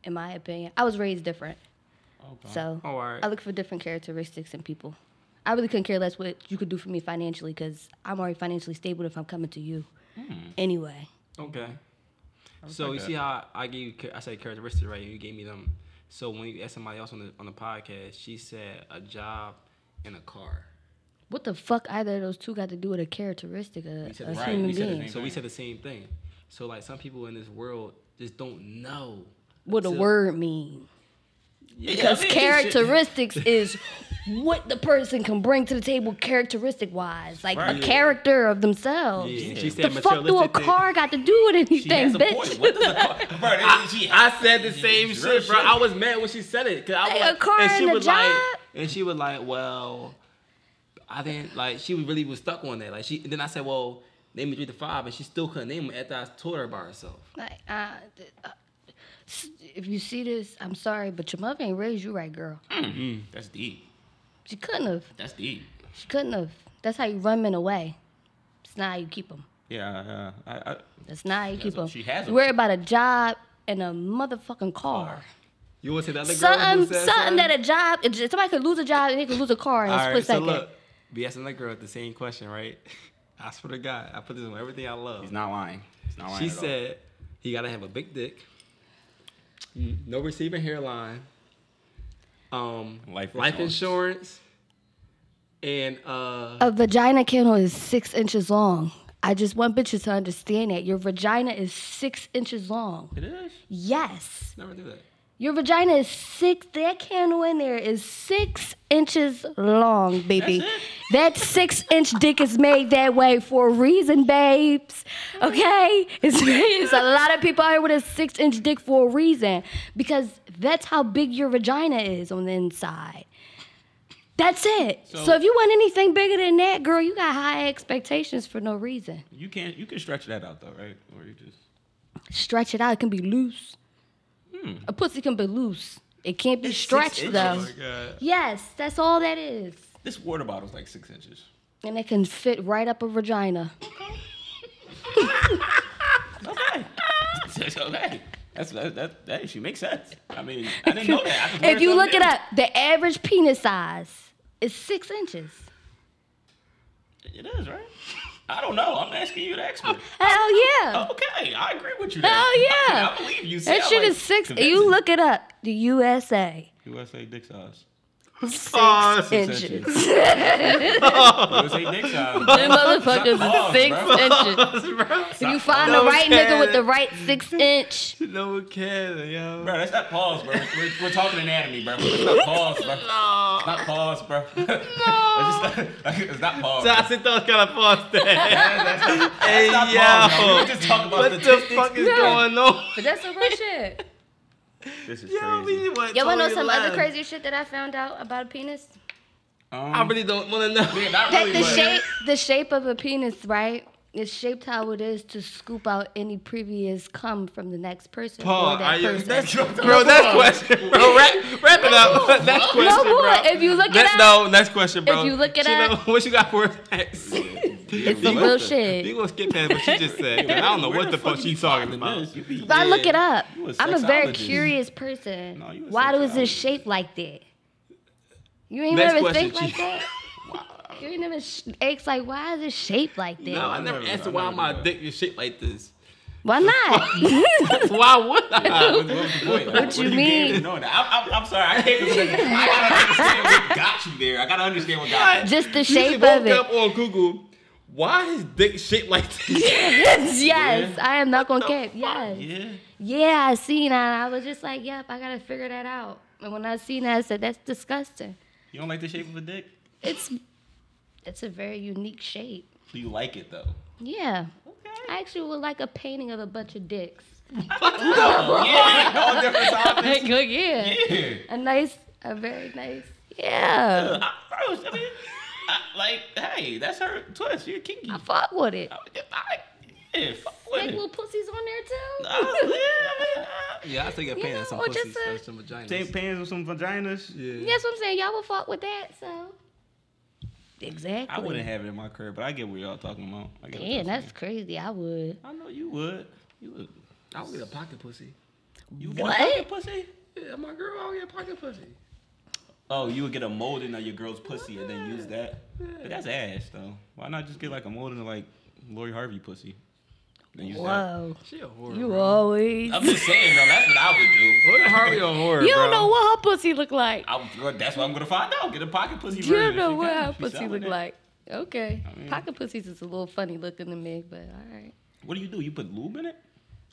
In my opinion, I was raised different,
Okay.
so
Oh, all right.
I look for different characteristics in people. I really couldn't care less what you could do for me financially because I'm already financially stable if I'm coming to you.
Hmm.
Anyway,
Okay. So
like
you
that.
see how I gave you cha- I said characteristics right? You gave me them. So when you asked somebody else on the on the podcast, she said a job and a car.
what the fuck either of those two got to do with a characteristic of
We said
a
right,
human
we said the
being?
same-
So we said the same thing. So like some people in this world just don't know.
What the
So-
word means.
Yeah,
Because
I mean,
characteristics is what the person can bring to the table characteristic wise. Like
Right.
a character of themselves.
Yeah,
Yeah.
and she
The
said
fuck do a
materialistic thing.
car got to do with
She, she has
anything,
a
bitch?
point. What does the car? Bro,
I,
that- she,
I said the
she-
same
she's real
shit, bro. I was mad when she said it, cause I
Like,
was
a car and a
was like,
job?
and she was like, well, I didn't like. She really was stuck on that. Like she, and then I said, well, name me three to five, and she still couldn't name them after I told her by herself.
Like, uh, th- uh, s- if you see this, I'm sorry, but your mother ain't raised you right, girl.
That's deep.
She couldn't have.
That's deep.
She couldn't have. That's how you run men away. It's not how you keep them.
Yeah. Uh, I, I,
That's not how you keep
what
them.
she has
You
a-
worry about a job and a motherfucking car.
You want to say that?
Something, something that a job, it j- somebody could lose a job and they could lose a car in a
All
split
right, so
second.
look, be asking that girl the same question, right? <laughs> I swear to God, I put this on everything I love.
he's not lying. He's not lying.
She
at all.
said he gotta have a big dick, n- no receiving hairline, um,
Life
insurance, and uh,
A vagina candle is six inches long. I just want bitches to understand that. Your vagina is six inches long.
It is.
Yes.
never do that. <laughs>
Your vagina is six, that candle in there is six inches long, baby.
That's it?
That six inch dick is made that way for a reason, babes. Okay? It's, <laughs> it's a lot of people out here with a six inch dick for a reason because that's how big your vagina is on the inside. That's it. So,
So-
if you want anything bigger than that, girl, you got high expectations for no reason.
You can you can stretch that out though, right? Or you just
Stretch it out, it can be loose. A pussy can be loose. It can't be
Hmm. It's six
stretched
inches. Oh,
though.
god.
Yes, that's all that is.
this water bottle's like six inches.
And it can fit right up a vagina.
<laughs> Okay. That's okay. That's that, that that issue makes sense. I mean, I didn't know that. I just learned
If you
something
look it
new.
up, the average penis size is six inches.
it is right. I don't know. I'm asking you the expert.
Hell yeah.
Okay, I agree with you.
Hell
then.
yeah.
Oh, I believe you.
That
Sound
shit
like
is six.
convincing.
You look it up. The USA.
USA dick size.
Six
Oh, that's
six
inches.
inches. It was eight dick
<laughs>
size. <laughs>
Them motherfuckers
Oh,
is six
bro.
inches. If you find the
No
right nigga with
cap.
the right six inch,
No one cares, yo.
Bro, that's not pause, bro. We're, we're talking anatomy, bro. It's not pause, bro. It's
No.
not pause, <laughs> bro. No. it's, just not, it's not pause. bro.
Johnson thought kind of paused that.
<laughs> That's, that's not,
Hey,
that's not pause, bro. We
yo.
were just talking about
What the
statistics.
fuck is
Yeah.
going on? <laughs>
but that's some real shit.
This is
Yo, we
crazy.
didn't want
Y'all wanna know
Tory
some
alive.
other crazy shit that I found out about a penis?
Um,
I really don't want to know.
yeah, not
That
really,
the
but-
shape, the shape of a penis, right? It's shaped how it is to scoop out any previous cum from the next person
Paul,
or that
are you,
person.
that's,
<laughs>
bro, next question, bro. Wrap, wrap it up. <laughs> next question,
no
bro.
more. If you look
Next,
at
no, next question, bro.
If you look it
Sheila, <laughs>
up-
what you got for us <laughs> next?
it's some
You-
real
You
shit.
gonna skip past what she just said? 'cause I don't know
Where
what the fuck
you
she's talking
finding
about.
this? You be-
But I look it up.
You a
I'm a very
sexologist.
curious person.
No, you a
Why was it
sexologist.
shaped like that? You ain't
Next
never
question,
think like
Chief.
that. You ain't never sh- asked like, why is it shaped like that?
No, I never
never- I
answered why
never
my
do that.
dick is shaped like this. <laughs>
Why not? <laughs>
Why would I?
What was the point? What
you
do
mean?
gain from knowing that? I'm, I'm, I'm sorry. I
<laughs>
can't. I gotta understand what got you there. I gotta understand what got you.
Just the
You just
shape of
woke
it.
up on Google. Why is dick shaped like
<laughs>
this?
yes, yes. I am not
the
gonna cap.
fuck?
Yes.
Yeah.
Yeah, I seen that. I was just like, yep, I gotta figure that out. And when I seen that, I said, that's disgusting.
You don't like the shape of a dick?
It's it's a very unique shape.
Do you like it though?
Yeah. I actually would like a painting of a bunch of dicks.
yeah. All different sizes.
<laughs> Like, oh, yeah.
Yeah.
A nice, a very nice. Yeah.
I, bro, I mean, I, like, hey, that's her twist. You're kinky.
I
I,
fuck with it.
I, yeah, fuck with
Like
it.
little pussies on there
I,
too.
yeah,
<laughs>
I mean,
Yeah, I think a
You
pain
know,
and some
or
pussies
just a-
or some vaginas.
Take pants with some vaginas.
Yeah.
That's what I'm saying. Y'all would fuck with that, so. Exactly.
I wouldn't have it in my crib, but I get what y'all talking about. I get what
Damn,
y'all
that's
saying.
crazy. I would.
I know you would. You would.
I would get a pocket pussy.
You would
What?
Get a pocket pussy?
Yeah, my girl, I would get a pocket pussy.
Oh, you would get a molding of your girl's pussy and then use that. But that's ass though. Why not just get like a molding of like Lori Harvey pussy? Then use that.
Whoa.
She a whore.
You
bro.
always.
I'm just saying though, that's what I would do.
Lori Harvey a whore,
You don't
bro.
know what her pussy look like.
I would, that's what I'm gonna find out. Get a pocket pussy.
You
version.
don't know
She
what
got-
her
she
pussy
selling
look
it.
like. Okay.
I mean-
Pocket pussies is a little funny looking to me, but all right.
What do you do? You put lube in it?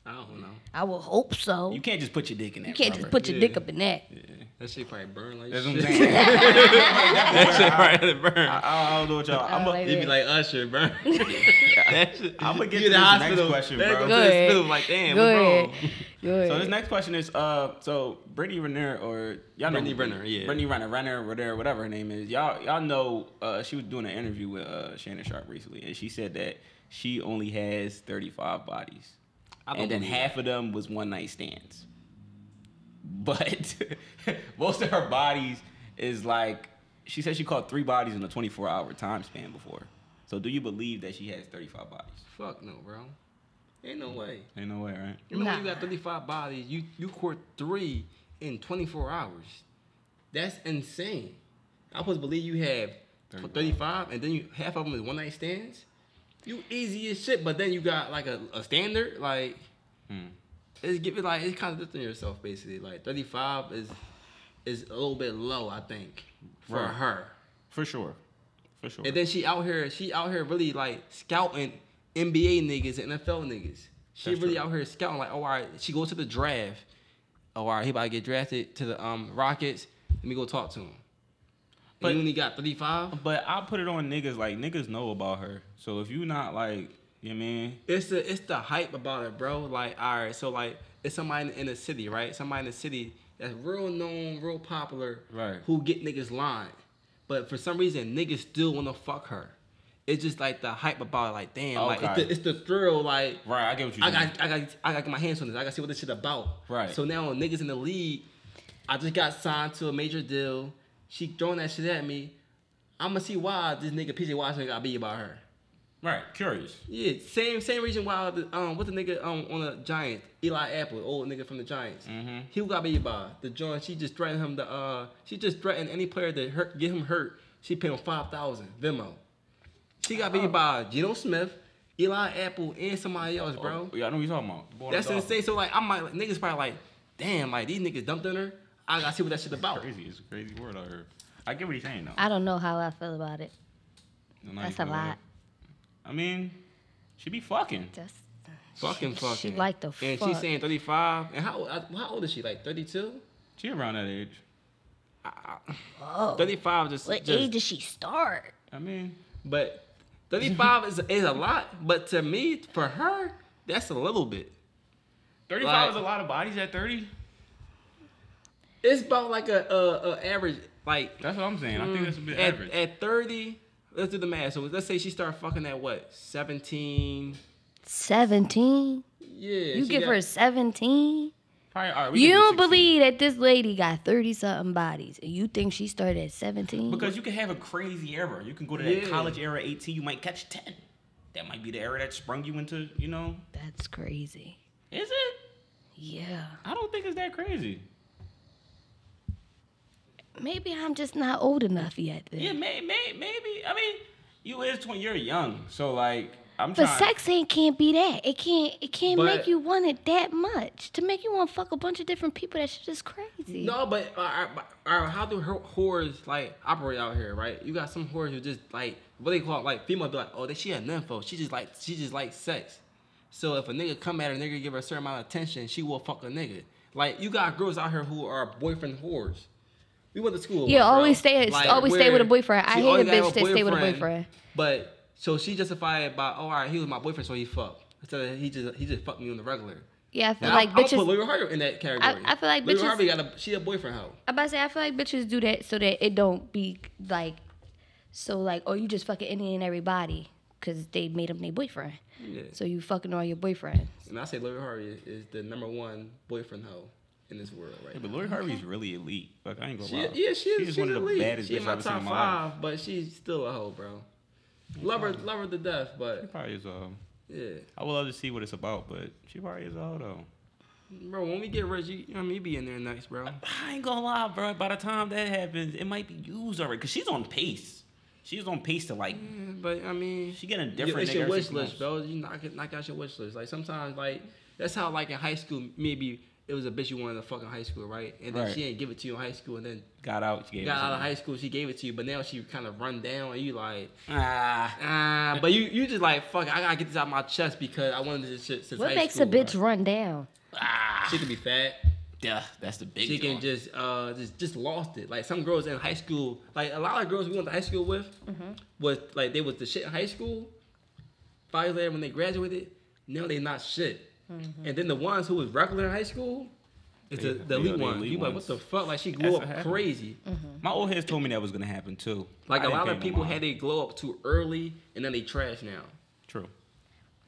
I don't know.
I would hope so.
You
You
can't just put your dick in that.
can't
rubber.
just put your
Yeah.
dick up in that.
That shit probably burn like
<laughs> That's what I'm
shit.
saying.
that <laughs> shit probably burn.
I, I don't know what y'all. I'm
Oh,
a,
wait,
It'd be
wait.
like Usher, bro. <laughs> that shit,
I'm gonna get
you
to
in
this
the
next
hospital.
question,
They
bro.
go to
Go
the
ahead.
hospital like, damn,
Go
what's
ahead.
wrong?
Go ahead.
So this next question is uh so Brittany Renner or y'all know
Brittany Renner, yeah.
Brittany Renner Renner whatever whatever her name is y'all y'all know uh she was doing an interview with uh Shannon Sharp recently and she said that she only has 35 bodies
I don't
and then
believe
half of them was one night stands but <laughs> most of her bodies is like she said she caught three bodies in a 24 hour time span before so do you believe that she has 35 bodies
Fuck no, bro. Ain't no way.
ain't no way right
You know when you
Nah.
got 35 bodies, you you court three in 24 hours. That's insane. I supposed to believe you have
35.
35, and then you half of them is one night stands. You easy as shit, but then you got like a, a standard like. It's give it like it's contradicting yourself basically. Like 35 is is a little bit low, I think, for
Right.
her.
for sure for sure
And then she out here, she out here really like scouting NBA niggas and NFL niggas. She
That's
really
true.
out here scouting like, oh, all right, she goes to the draft. Oh, all right, he about to get drafted to the um Rockets. Let me go talk to him. But
But-
and you only got 35.
But I put it on niggas like niggas know about her. So if you not like, you know what I mean?
It's the it's the hype about it, bro. Like, all right, so like it's somebody in the city, right? Somebody in the city that's real known, real popular,
Right.
Who get niggas lined, but for some reason niggas still wanna fuck her. It's just like the hype about it, like damn, like
Okay.
it's the, it's the thrill, like
Right, I get what you
I
mean.
got I got I got my hands on this. I got to see what this shit about.
Right.
So now niggas in the league, I just got signed to a major deal. She throwing that shit at me. I'ma see why this nigga PJ Washington got beat about her.
Right, curious.
Yeah, same same reason why the um what the nigga um on the Giants Eli Apple old nigga from the Giants
Mhm.
he got beat by the joint she just threatened him to uh she just threatened any player that hurt get him hurt she paid him five thousand Venmo she got beat by Geno Smith Eli Apple and somebody else bro
Oh, yeah, I know what you're talking about. The boy
that's
dog.
insane so like I might like, niggas probably like damn like these niggas dumped on her I gotta see what that shit about
Crazy, it's a crazy word out here. I I get what he's saying though.
I don't know how I feel about it.
I'm not
That's a
even gonna lie.
lot.
I mean, she be fucking.
That's
Fucking
she,
fucking.
She like the
And
fuck.
she's saying 35. And how, I- how old is she? Like 32?
She around that age.
Whoa.
35 just.
what
just
age does she start?
I mean,
But 35 is, is a lot. But to me, for her, that's a little bit.
35
Like-
is a lot of bodies at 30.
It's about like a, a, a average, like
That's what I'm saying. I
Mm.
think that's a bit
at,
average.
at 30. Let's do the math. So let's say she started fucking at what? 17.
Seventeen.
Yeah.
You
she
give
got-
her seventeen.
Probably, all right, we
You
can do
don't
16.
believe that this lady got thirty something bodies, and you think she started at seventeen?
Because you can have a crazy era. You can go to that
Yeah.
college era 18, you might catch 10. That might be the era that sprung you into, you know.
That's crazy.
Is it?
Yeah.
I don't think it's that crazy.
Maybe I'm just not old enough yet. Then.
Yeah, may, may, maybe. I mean, you is 20, you're young. So, like, I'm
But
trying.
sex ain't can't be that. It can't it can't
But-
make you want it that much. To make you want to fuck a bunch of different people, that shit is crazy.
No, but uh, uh, uh, how do her whores like operate out here, right? You got some whores who just like what they call it, like female be like, oh, that she a nympho. She just like she just like sex. So if a nigga come at her, nigga give her a certain amount of attention, she will fuck a nigga. Like you got girls out here who are boyfriend whores. We went to school.
Yeah,
bro.
always stay- always stay with a
where
boyfriend. I
she
hate a
always gotta
bitch
have
that stay with a boyfriend.
But so she justified it by, oh, all right, he was my boyfriend, so he fucked. Instead of he just he just fucked me on the regular.
Yeah, I feel
And
like
I'm, I'm gonna
bitches.
put Lori Harvey in that category.
I feel like
Lori
bitches-
Harvey got a she a boyfriend hoe.
I about to say I feel like bitches do that so that it don't be like, so like oh you just fucking any and everybody because they made them their boyfriend.
Yeah.
So you fucking all your boyfriends.
And I say Lori Harvey is, is the number one boyfriend hoe in this world right
But Lori Harvey's really elite. Like, I ain't gonna
She,
lie.
yeah, she is,
She's one of the
elite.
baddest
she in
bitches
my
I've ever seen
top
in my life.
five, but she's still a hoe, bro. Love her, love her to death, but
Probably is, um,
yeah,
I would love to see what it's about, but she probably is old though.
bro. When we get rich, you, you know me be in there next, bro.
I ain't gonna lie, bro. By the time that happens, it might be used already. Cause she's on pace. She's on pace to like
Yeah, But I mean,
she getting a
Yeah,
different.
It's your
nigga every
wish
six months.
list, bro. You knock it, knock out your wish list. Like sometimes, like that's how like in high school, maybe it was a bitch you wanted to fuck in high school, right? And then
Right.
she didn't give it to you in high school, and then
Got out. She gave
got
it to
out of
me.
high school, she gave it to you, but now she kind of run down, and you like,
Ah,
ah. But you you just like fuck. it, I gotta get this out of my chest because I wanted this shit since
What
high
makes
school.
a bitch run down?
ah.
She can be fat.
Duh, that's the big.
She
joint.
can just uh just just lost it. Like some girls in high school, like a lot of girls we went to high school with,
Mm-hmm.
was like they was the shit in high school. Five years later, when they graduated, now they not shit.
Mm-hmm.
And then the ones who was regular in high school, it's
They-
the, the
they are
elite
the
ones.
elite
You like
ones.
what the fuck? Like she
That's
grew
what
up
happened.
crazy.
My old heads told me that was gonna happen too.
Like
I
a
didn't
lot
pay
of
no
people
mind.
had they glow up too early, and then they trash now.
True.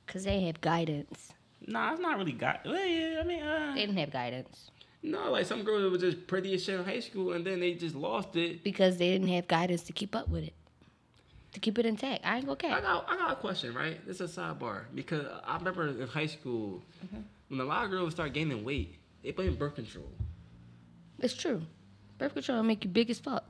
Cause they have guidance.
Nah, it's not really got. Well, yeah, I mean, uh,
They didn't have guidance
No, like some girls that was just pretty as shit in high school, and then they just lost it.
because they didn't have guidance to keep up with it, to keep it intact. I ain't gonna
I
care.
got I got a question, right? This is a sidebar because I remember in high school
Mm-hmm.
when a lot of girls start gaining weight, they blame birth control.
It's true. Birth control will make you big as fuck.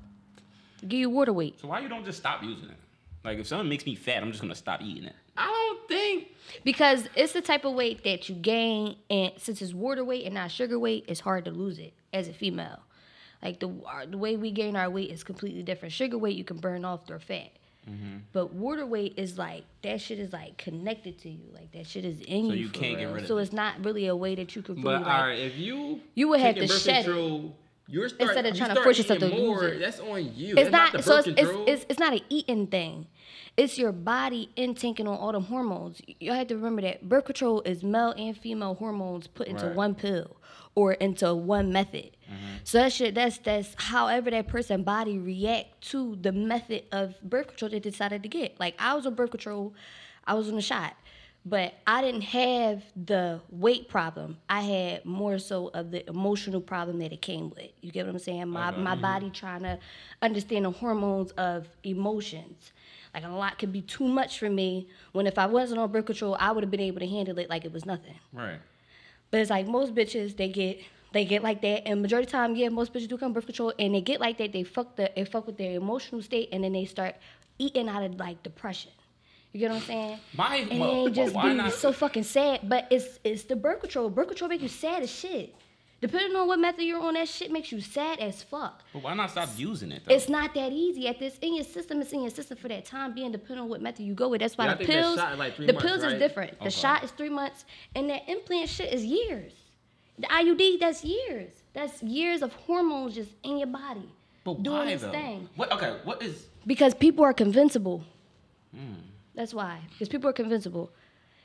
Give you water weight.
so why you don't just stop using it? Like if something makes me fat, I'm just gonna stop eating it.
I don't think
Because it's the type of weight that you gain, and since it's water weight and not sugar weight, it's hard to lose it as a female. Like the our, the way we gain our weight is completely different. Sugar weight you can burn off through fat,
Mm-hmm.
but water weight is like that shit is like connected to you. Like that shit is in
So
you.
you
for
can't get
real.
rid of
So
it.
it's not really a way that you can. Really
But
like,
all right, if you
You would have
taking
to
birth
shed it.
control, you're start,
Instead of
you
trying to
start
force yourself
eating
to lose
more,
it.
That's on you. That's
it's not,
the
so
birth
it's, it's,
control.
it's it's not an eating thing it's your body intaking on all them hormones Y- y'all have to remember that birth control is male and female hormones put into
Right.
one pill or into one method so that shit that's that's however that person body react to the method of birth control they decided to get like i was on birth control i was on the shot but I didn't have the weight problem. I had more so of the emotional problem that it came with. You get what I'm saying? My my body trying to understand the hormones of emotions. Like a lot could be too much for me. When if I wasn't on birth control, I would have been able to handle it like it was nothing.
Right.
But it's like most bitches, they get they get like that, and majority of the time, yeah, most bitches do come birth control, and they get like that. They fuck the they fuck with their emotional state, and then they start eating out of like depression. You get what I'm saying?
My-
and
well,
they just
why
be
not?
so fucking sad. But it's it's the birth control. Birth control make you sad as shit. Depending on what method you're on, that shit makes you sad as fuck.
But why not stop using it? Though?
It's not that easy at this in your system. It's in your system for that time being, depending on what method you go with. That's why
Yeah, I
the
think that
pills,
shot is like three
the
months,
pills is
right?
different.
Okay.
The shot is three months, and that implant shit is years. The IUD, that's years. That's years of hormones just in your body
but
doing
why
its
though?
thing
What? Okay. What is?
because people are convincible.
Hmm.
That's why because people are convincible,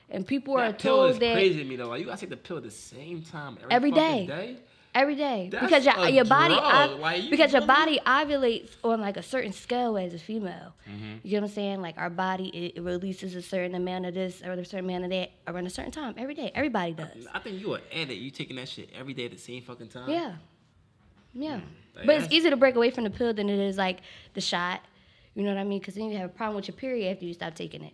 and people are
That pill
told
is
that
crazy to me though. Like you gotta take the pill at the same time
Every
every, fucking
day. every day
That's
because your
a
your body
drug.
ov-
Like, you
because your
really-
body ovulates on like a certain scale as a female.
Mm-hmm.
You get what I'm saying? Like our body it, it releases a certain amount of this or a certain amount of that around a certain time every day. Everybody does.
I think you an addict. You taking that shit every day at the same fucking time.
Yeah, yeah.
Like,
But it's
that's-
easier to break away from the pill than it is like the shot. You know what I mean? Because then you have a problem with your period after you stop taking it.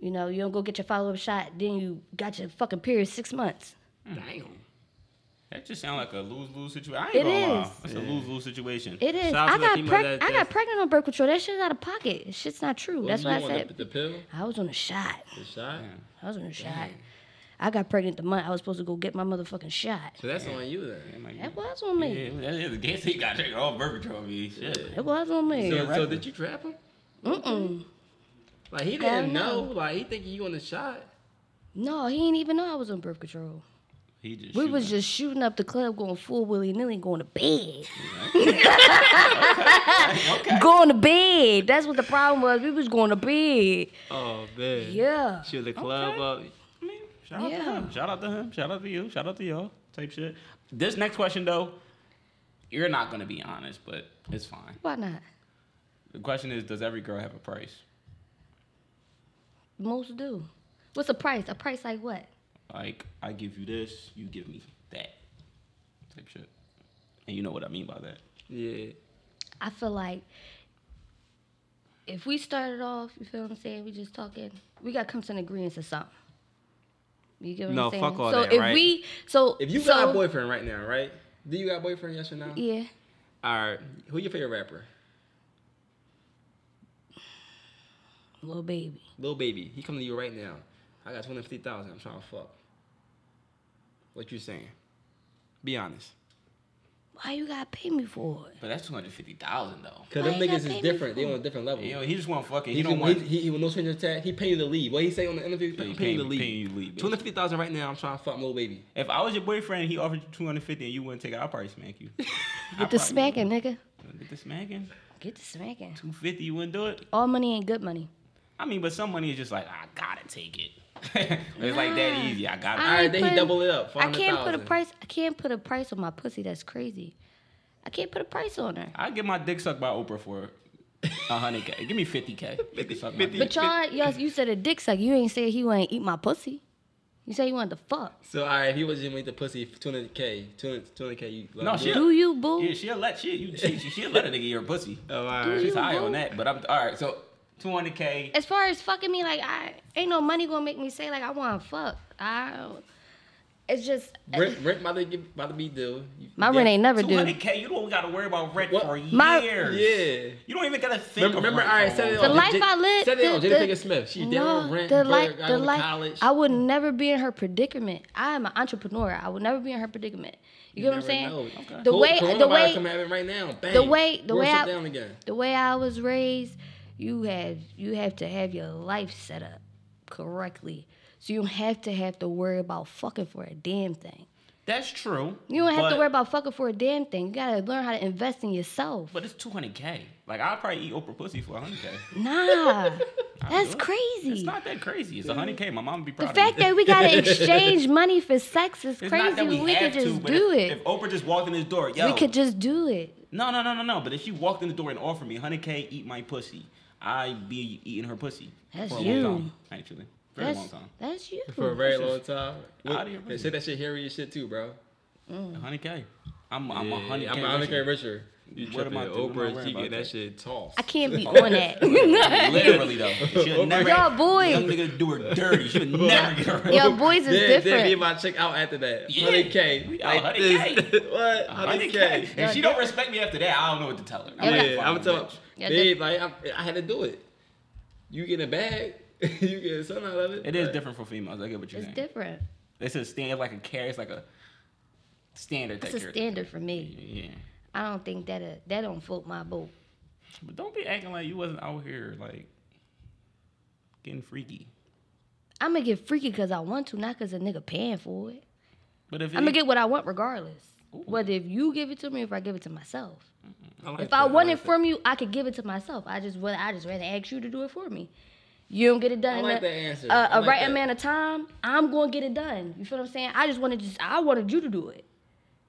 You know, you don't go get your follow up shot, then you got your fucking period six months.
Damn.
That just sounds like a lose lose situation. I ain't
It
gonna lie.
is.
That's a lose lose situation.
It is.
Shout out
I
to the
got
female
preg-
that-
I got
that's-
pregnant on birth control. That shit's out of pocket. Shit's not true. That's
What
why I
you on,
said
The, the pill,
I was on a shot.
the shot.
Yeah.
I was on a shot. I got pregnant the month I was supposed to go get my motherfucking shot.
So that's on you then.
I'm like,
That was on me.
yeah, that is the guess he got taken off birth control. Me. Shit.
It was on me.
So, so
right.
did you trap him?
Mm-mm.
Like he
Hell
didn't
no.
know. Like he thinking you on the shot.
No, he didn't even know I was on birth control.
He just.
We
shooting.
was just shooting up the club, going full willy nilly, going to bed,
Okay.
<laughs> going to bed. That's what the problem was. We was going to bed.
Oh man.
Yeah.
Shoot the club up.
I mean, shout out to
Yeah.
him. Shout out to him. Shout out to you. Shout out to y'all. Type shit. This next question though, you're not gonna be honest, but it's fine.
Why not?
The question is, does every girl have a price?
Most do. What's the price? A price like what?
Like, I give you this, you give me that. Type shit. And you know what I mean by that.
Yeah.
I feel like if we started off, you feel what I'm saying? We just talking. We got to come to an agreement to something. You get what
No,
I'm saying?
fuck all
so
that,
if
right?
we, so
If you
so,
got a boyfriend right now, right? Do you got a boyfriend? Yes or no?
yeah,
All right. Who your favorite rapper?
little baby,
Lil Baby. He coming to you right now. I got twenty fifty thousand. I'm trying to fuck. What you saying? Be honest.
why you gotta pay me for it?
But that's 250000 though.
Cause
Why
them niggas
you gotta
is
pay me
different. They
for
on a different level.
You know, he just want fucking, he
He
don't want.
He, he, he with no strings attached. He paying the lead. What he say on the interview?
Yeah, he
I'm
paying-
paying the lead.
paying you the lead, bitch.
Two hundred fifty thousand right now. I'm trying to fuck little baby.
if I was your boyfriend, he offered you 250 and you wouldn't take it, I'd probably smack you.
<laughs> Get the smacking, nigga.
Get the smacking.
Get the smacking.
250, you wouldn't do it?
All money ain't good money.
I mean, but some money is just like, I gotta take it. <laughs> it's like that
Nah.
easy. I gotta.
All
I
right,
ain't
then he
putting-
double it up.
I can't put a
400,000.
price. I can't put a price on my pussy. That's crazy. I can't put a price on her.
I'd get my dick sucked by Oprah for a 100K. Give me 50K. You can suck my dick.
But y'all, y'all, you said a dick suck. You ain't said he wouldn't eat my pussy. You said you wanted to fuck.
So all right, if he was just make the pussy two hundred k, two hundred k. You
No, she- Yeah.
Do you, boo?
Yeah, she'll let shit. You, she, she, she'll let a nigga eat her pussy.
Oh, all
Dude.
right.
She's high
You
on
won't.
that. But I'm all right. So 200K.
as far as fucking me, like I ain't no money gonna make me say like I want to fuck. I, don't- it's just
Rent, rent about to get about to be due. You-
my
yeah.
rent ain't never due.
200K. You don't gotta worry about rent
What?
for
My-
years.
Yeah.
You don't even gotta think.
Remember,
of
remember all
rent
right,
for a
set it
long
on.
The
time.
life I lived,
Set it on
the-
Jada
the-
Pinkett Smith. She down on rent.
the
The
life,
got
the
on
life.
college.
I would never be in her predicament. I am an entrepreneur. I would never be in her predicament. You, get what I'm saying?
Okay.
The
Cor-
way, the
coronavirus
way,
come happening right now. Bang.
the way, the
World
way
shut
I,
down again.
the way I was raised, you have you have to have your life set up correctly, so you don't have to have to worry about fucking for a damn thing.
That's true.
You don't have
but,
to worry about fucking for a damn thing. You gotta learn how to invest in yourself.
But it's 200K. Like, I'll probably eat Oprah pussy for 100K.
<laughs>
Nah, that's
do
crazy.
It's not that crazy. It's 100K. My mom would be
the
proud of
fact
me.
that we gotta
<laughs>
exchange money for sex is
It's
crazy.
not that we,
when we
have
could just
to, but
do
if,
it.
If Oprah just walked in his door, yo,
we could just do it.
No, no, no, no, no. But if she walked in the door and offered me 100K, eat my pussy, I'd be eating her pussy.
That's
for a
you.
Long time, actually. Very
That's
long time.
that's you.
For a very long time.
Out of your
They said that shit hairy as shit too, bro.
100K. I'm, I'm
Yeah,
100K.
I'm a
richer.
hundred K richer. You
What
tripping?
am I doing? What am I
Oprah,
worried
she
about
get
that?
that shit tossed.
I
<laughs>
can't be on <laughs>
<laughs>
that.
Literally, though. She'll
Oprah-
never.
Y'all
Young
boys,
nigga do her dirty. She'll never get her. <laughs>
y'all boys is
Then, then me and
different.
my chick out after that.
Yeah.
Hundred K.
We out
<laughs>
100K.
What? Hundred
100K.
K.
If she don't respect me after that, I don't know what to tell her. I'm like,
Yeah, I'm
fuck,
telling.
bitch.
Yeah,
Babe, like I, I had to do it. You get a bag. <laughs> You get something out of it.
It is
but-
different for females. I get what you're
It's
saying.
different.
It's a stand like a carry. It's like a. standard.
It's
type
a
character.
standard for me.
Yeah.
I don't think that uh, that don't float my boat.
But don't be acting like you wasn't out here like getting freaky.
I'm gonna get freaky because I want to, not because a nigga paying for it.
But if
I'm gonna
it-
get what I want regardless.
Ooh.
Whether if you give it to me, or if I give it to myself.
like
If
that,
I want
like
it from you, I could give it to myself. I just would. I just rather ask you to do it for me. You don't get it done.
I like
in
that answer.
A,
I
uh, a
like
right
that.
amount of time. I'm gonna get it done. You feel what I'm saying? I just wanted just. I wanted you to do it.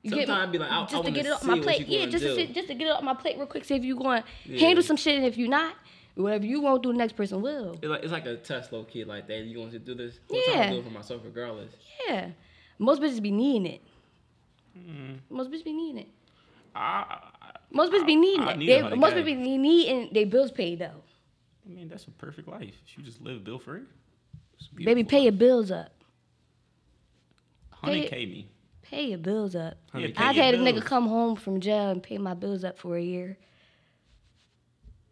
You me?
Sometimes be like, I- I
just to
wanna
get it off
see
my
what
plate.
you
Yeah,
gonna
just to,
do.
see- just to get it off my plate real quick. See if you going to
Yeah.
handle some shit, and if you not, whatever you won't do, the next person will.
It's like, it's like a test low key like that. You going to do this? What
Yeah.
time to do it for myself regardless?
Yeah, most bitches be needing it.
Mm-hmm.
Most bitches be needing it.
I, I,
Most bitches be needing
I
it.
need
They-
a hundred
most
K.
bitches be needing they bills paid though.
I mean, that's a perfect life. If you just live bill free.
Baby, pay your bills up.
Honey, K me.
Pay your bills up.
Yeah, pay
I've
your
had a nigga
bills.
come home from jail and pay my bills up for a year.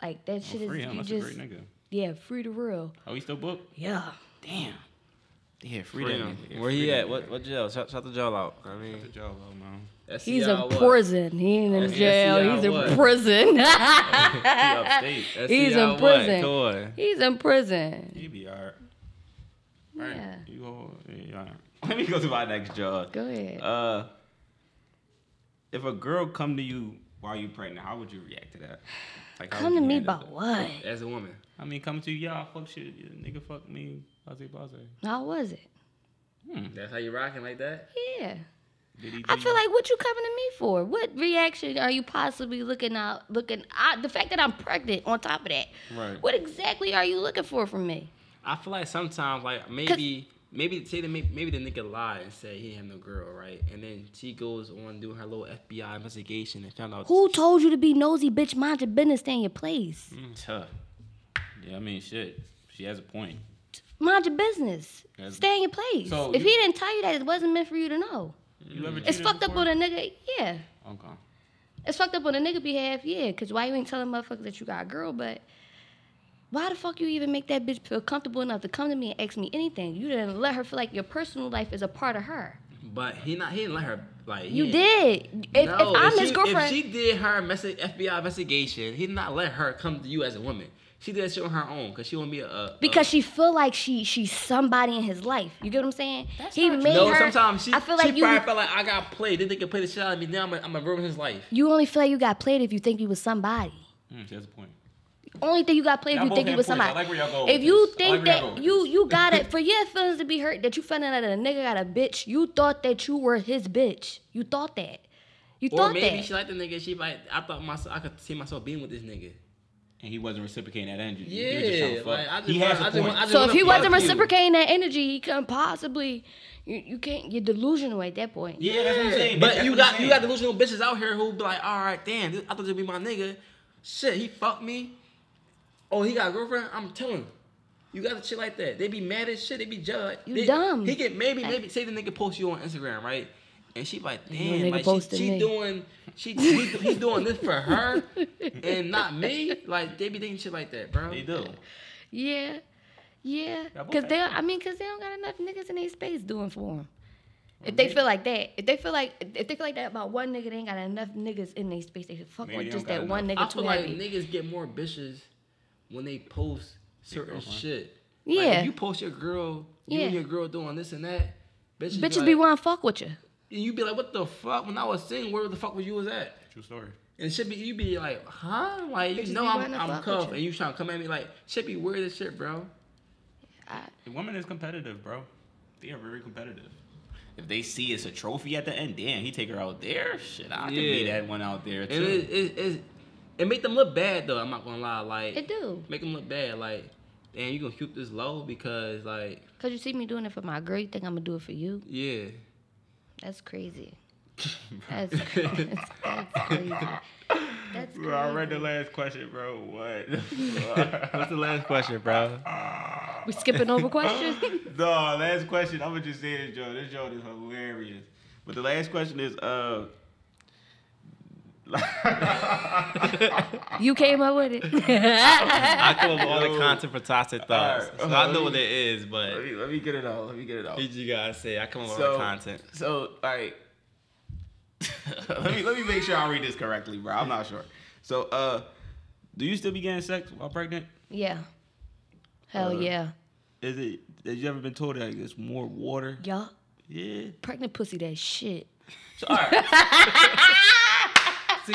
Like that shit is
Free him.
you
Oh, That's
just
a great nigga.
yeah, free to real.
Oh, he still booked?
Yeah.
Damn. Yeah, free, that
Freedom.
nigga. Yeah,
Where
free
he
that
at?
nigga.
What what jail? Shout, shout the jail out. I
Good
mean,
job, though, man.
that's
He's
CI
in
what?
prison. He ain't in
That's
jail.
CI
He's in
what?
<laughs>
prison. <laughs>
He upstate.
That's
He's
CI
in
what?
prison.
Come on.
He's in prison.
He be all right.
Yeah.
You go. Yeah, all right. <laughs> Let me go to my next job.
Go ahead.
Uh, if a girl come to you while you pregnant, how would you react to that? Like, how
come
would
to
you
me
handle
about
that?
what?
As a woman,
I mean, come to you, y'all fuck shit, yeah, nigga, fuck me, blase blase.
How was it?
that's how you rocking like that.
Yeah.
Did he?
I
do
feel
you-
like what you coming to me for? What reaction are you possibly looking out looking I, the fact that I'm pregnant on top of that.
Right.
What exactly are you looking for from me?
I feel like sometimes like maybe maybe say the maybe the nigga lied and said he ain't have no girl, right? And then she goes on doing her little FBI investigation and found out
Who told you to be nosy, bitch? Mind your business, stay in your place.
tough. Yeah, I mean, shit. She has a point.
Mind your business.
That's-
Stay in your place.
So
if
you-
he didn't tell Mm-hmm. you that, it wasn't meant for you to know.
You ever
Mm. It's fucked up on a nigga, yeah.
Okay.
It's fucked up on a nigga behalf, yeah. Cause why you ain't telling motherfuckers that you got a girl, but why the fuck you even make that bitch feel comfortable enough to come to me and ask me anything? You didn't let her feel like your personal life is a part of her.
But he not he didn't let her like he
You
ain't-
did. If,
No,
if I'm
she,
his girlfriend,
If she did her messi- FBI investigation, he did not let her come to you as a woman. She did that shit on her own because she want to be a, a
because she feel like she she's somebody in his life. You get what I'm saying? he made
no.
her.
sometimes she
I feel
she
like you
probably felt like I got played. Then they can play the shit out of me. Now I'm a, I'm a ruin his life.
you only feel like you got played if you think you was somebody.
Mm, she has a point.
Only thing you got played if
Y'all
you
both
think you
have
was
points.
somebody.
I like where y'all going
if
with
you
this. I
think
like where y'all going
that
with
you
this.
you got it for your feelings to be hurt that you found out that a nigga got a bitch, you thought that you were his bitch. You thought that. You
Or
thought
maybe
that.
she like the nigga. She like I thought myself. I could see myself being with this nigga.
And he wasn't reciprocating that energy. He was just trying
Yeah,
to fuck.
like I just,
he
want-
has a
I just,
point.
want- I just
so
wanna
if he
fuck
wasn't
you.
reciprocating that energy, he couldn't possibly. You, you can't. You're delusional at that point.
yeah, that's what I'm saying.
But
That's
you
what I'm
got you
saying.
got delusional bitches out here who be like, all right, damn, this- I thought it'd be my nigga. Shit, he fucked me. Oh, he got a girlfriend. I'm telling. you. You got shit like that. They be mad as shit. They be jealous.
You
They-
dumb.
He get maybe maybe say the nigga post you on Instagram, right? And she like,
You
damn,
nigga
like she,
posted
she
me."
doing she he, he doing this for
<laughs>
her and not me. Like they be thinking shit like that, bro.
They do.
Yeah, yeah.
Y'all both
Cause
had
they, I mean, cause they don't got enough niggas in their space doing for them. If they feel like that, if they feel like, if they feel like that about one nigga, they ain't got enough niggas in their space. They should fuck
Maybe
with
they
just that
don't got
one nigga
I
too
feel like
heavy.
niggas get more bitches when they post certain
girlfriend.
shit. Like
Yeah.
if you post your girl, you and
Yeah.
your girl doing this and that, bitches,
Bitches
like,
be wanna fuck with you.
And you be like, what the fuck? When I was single, where the fuck was you was at?
True story.
And shit be, you be like, huh? Like,
Bitches
you
be
know I'm,
wanting to
I'm
fuck with
cuffed
you.
and you trying to come at me like, shit be weird as shit, bro.
I-
The woman is competitive, bro. They are very competitive. If they see it's a trophy at the end, damn, he take her out there. Shit, I can be
Yeah.
that one out there too.
And it, it, it, it make them look bad though, I'm not gonna lie. Like,
It do.
Make them look bad. Like, damn, you gonna shoot this low because, like,
Cause you see me doing it for my girl, you think I'm gonna do it for you?
yeah.
That's crazy.
<laughs>
That's, that's, <laughs> that's crazy. That's crazy.
Bro, I read the last question, bro. What?
<laughs> What's the last question, bro?
We skipping
<laughs>
over questions?
no, last question. I'm gonna just say this, Joe. This Joe is hilarious. But the last question is, uh, <laughs>
you came up with <laughs> it.
I come up with all
Yo.
the content for Toxic Thoughts.
Alright,
so
okay,
I know
let
what
me-
it is, but
let me, let me get it out. Let me get it out.
what you guys say? I come up with all
So,
the content.
so all right. <laughs> let me let me make sure I read this correctly, bro. I'm not sure. So, uh, do you still be getting sex while pregnant?
Yeah. Hell
Uh,
yeah.
Is it? Have you ever been told that it's more water?
Y'all,
Yeah.
pregnant pussy, that shit.
So, all right. <laughs> See,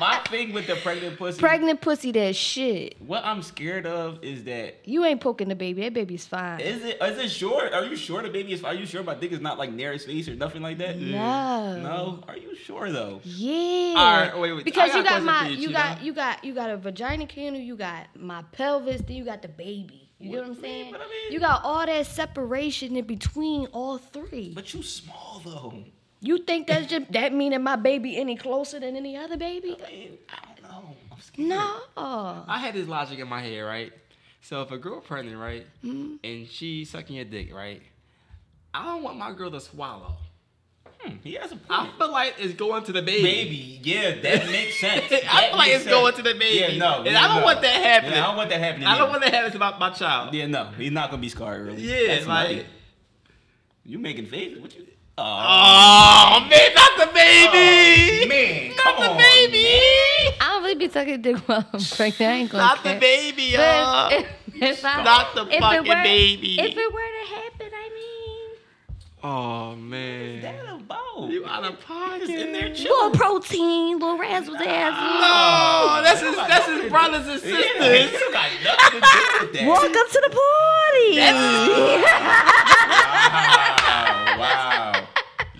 my thing with the pregnant pussy.
Pregnant pussy, that shit.
what I'm scared of is that
You ain't poking the baby. That baby's fine.
is it is it sure? Are you sure the baby is? Are you sure my dick is not like near his face or nothing like that?
No.
No. Are you sure though?
Yeah.
All right, wait, wait.
Because
I got
you
a
got
question
my
for you,
you
Cheetah.
got you got you got a vagina candle, you got my pelvis, then you got the baby. You get
What-
what
man,
I'm saying?
what I mean?
You got all that separation in between all three.
But you small though.
you think that's just that meaning my baby any closer than any other baby?
I mean, I don't know. I'm scared.
No.
I had this logic in my head, right? So if a girl pregnant, right,
Mm-hmm.
and she sucking your dick, right, I don't want my girl to swallow.
Hmm, he has a
I
point.
feel like it's going to the baby.
Baby, yeah,
<laughs>
that makes sense.
I
That
feel like
makes
it's going to the baby.
Yeah, no,
And
yeah,
I don't
no.
want that happening.
Yeah, I don't want that happening.
I don't
either.
want to have this about my child.
Yeah, no, he's not gonna be scarred early.
Yeah,
That's not
like-
it. you making faces? What you?
Oh man, not the baby!
Oh, man,
not
come
the
on,
baby!
I don't really be sucking dick while I'm pregnant. I ain't gonna
Not the
care.
baby, y'all.
But if, if, if I,
Not the
if it
fucking
were-
baby.
If it were to happen, I mean.
Oh man,
That about?
you out of pocket?
in
<laughs>
there chilling.
Little protein, little razzle dazzle.
No, Oh, that's his. That's his brothers and
Yeah,
sisters.
you got nothing to do with that.
Welcome to the party.
Wow, wow,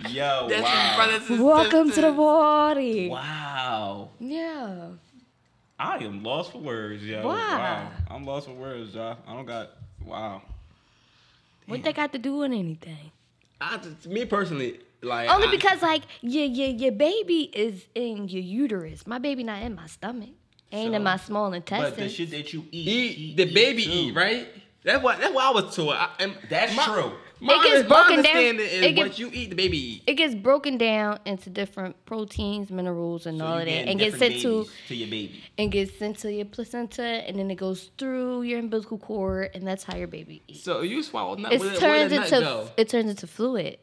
yo,
That's his
wow,
brothers and
Welcome to the
sisters.
party.
wow.
Yeah.
I am lost for words, yo.
Why?
Wow, I'm lost for words, y'all. I don't got. Wow.
What they got to do with anything?
I just, me personally, like
Only
I-
because like your your your baby is in your uterus. My baby not in my stomach. Ain't
So-
in my small intestine.
But the shit that you eat,
eat
she
the baby
too.
eat right. That's what that's what I was told. I, and
That's
my,
true.
My,
It gets
under- my
broken down-
understanding is
it get-
what you eat, the baby eat.
it gets broken down into different proteins, minerals, and
So
all
you
of that,
getting
and gets
different
sent to
babies to your baby.
and gets sent to your placenta, and then it goes through your umbilical cord, and that's how your baby eats.
So you swallow nut.
It
where- where
turns
the nut
into
go?
it turns into fluid.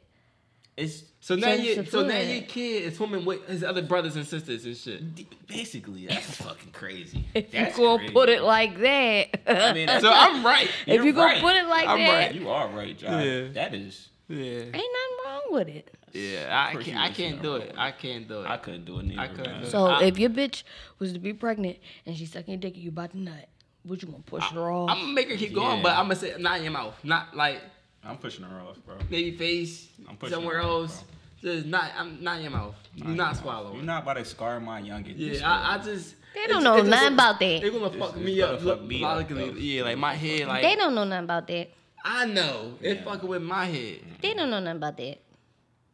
It's
So now
turns
you,
to
so now
fluid.
your kid is swimming with his other brothers and sisters and shit.
d- basically that's fucking crazy.
If
that's
you gonna
crazy.
put it like that, <laughs>
I mean, that's,
So I'm right.
if you
you're
gonna
right.
put it like
I'm
that,
right.
you are right, John.
Yeah.
That is.
<laughs> Yeah,
ain't nothing wrong with it.
yeah. I
Of course
can't.
you
I
would
can't
say
do
I'm
it.
wrong.
I can't do it.
I couldn't do it. Neither,
I couldn't
man.
do it.
So
I-
if your bitch was to be pregnant and she's sucking your dick, and you about to nut. Would you gonna push her off?
I'm gonna make her keep going,
Yeah.
but I'm gonna say not in your mouth, not like
I'm pushing her off, bro.
maybe face
I'm pushing
somewhere
her off,
else. Just not. I'm not in your mouth. Do not, swallow.
You're not about to scar my youngin.
Yeah, I, I just.
They
it's-
don't know
it's- it's-
nothing about that.
They're gonna fuck
it's
me
gonna
up.
fuck
lo-
me up,
logically,
though.
yeah, like my head, like
they don't know nothing about that.
I know it's
Yeah.
fucking with my head.
They don't know nothing about that.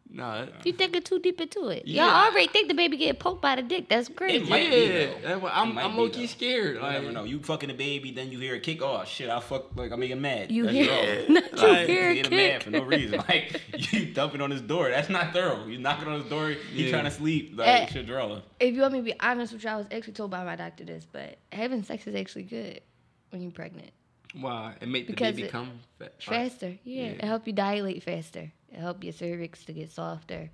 No, it-
You thinking too deep into it.
Yeah.
Y'all already think the baby get poked by the dick. That's crazy.
might be,
yeah,
though.
that's what-
It
I'm
might
I'm
be,
low key
though.
scared.
You
Like,
never know. You fucking a baby, then you hear a kick. Oh shit! I fuck. Like I'm making mad.
You
That's
hear?
wrong.
<laughs> Not you
Like,
hear a
You hit a man
kick.
for no reason. <laughs> Like you thumping on his door. That's not thorough. You knocking on his door. He
Yeah. Oh,
trying to sleep. Like
Eh.
shit, draw.
if you want me to be honest with you, I was actually told by my doctor this, but having sex is actually good when you're pregnant.
Why? It make the
Because
baby
it-
come fa-
Faster, yeah. It help you dilate faster. It help your cervix to get softer.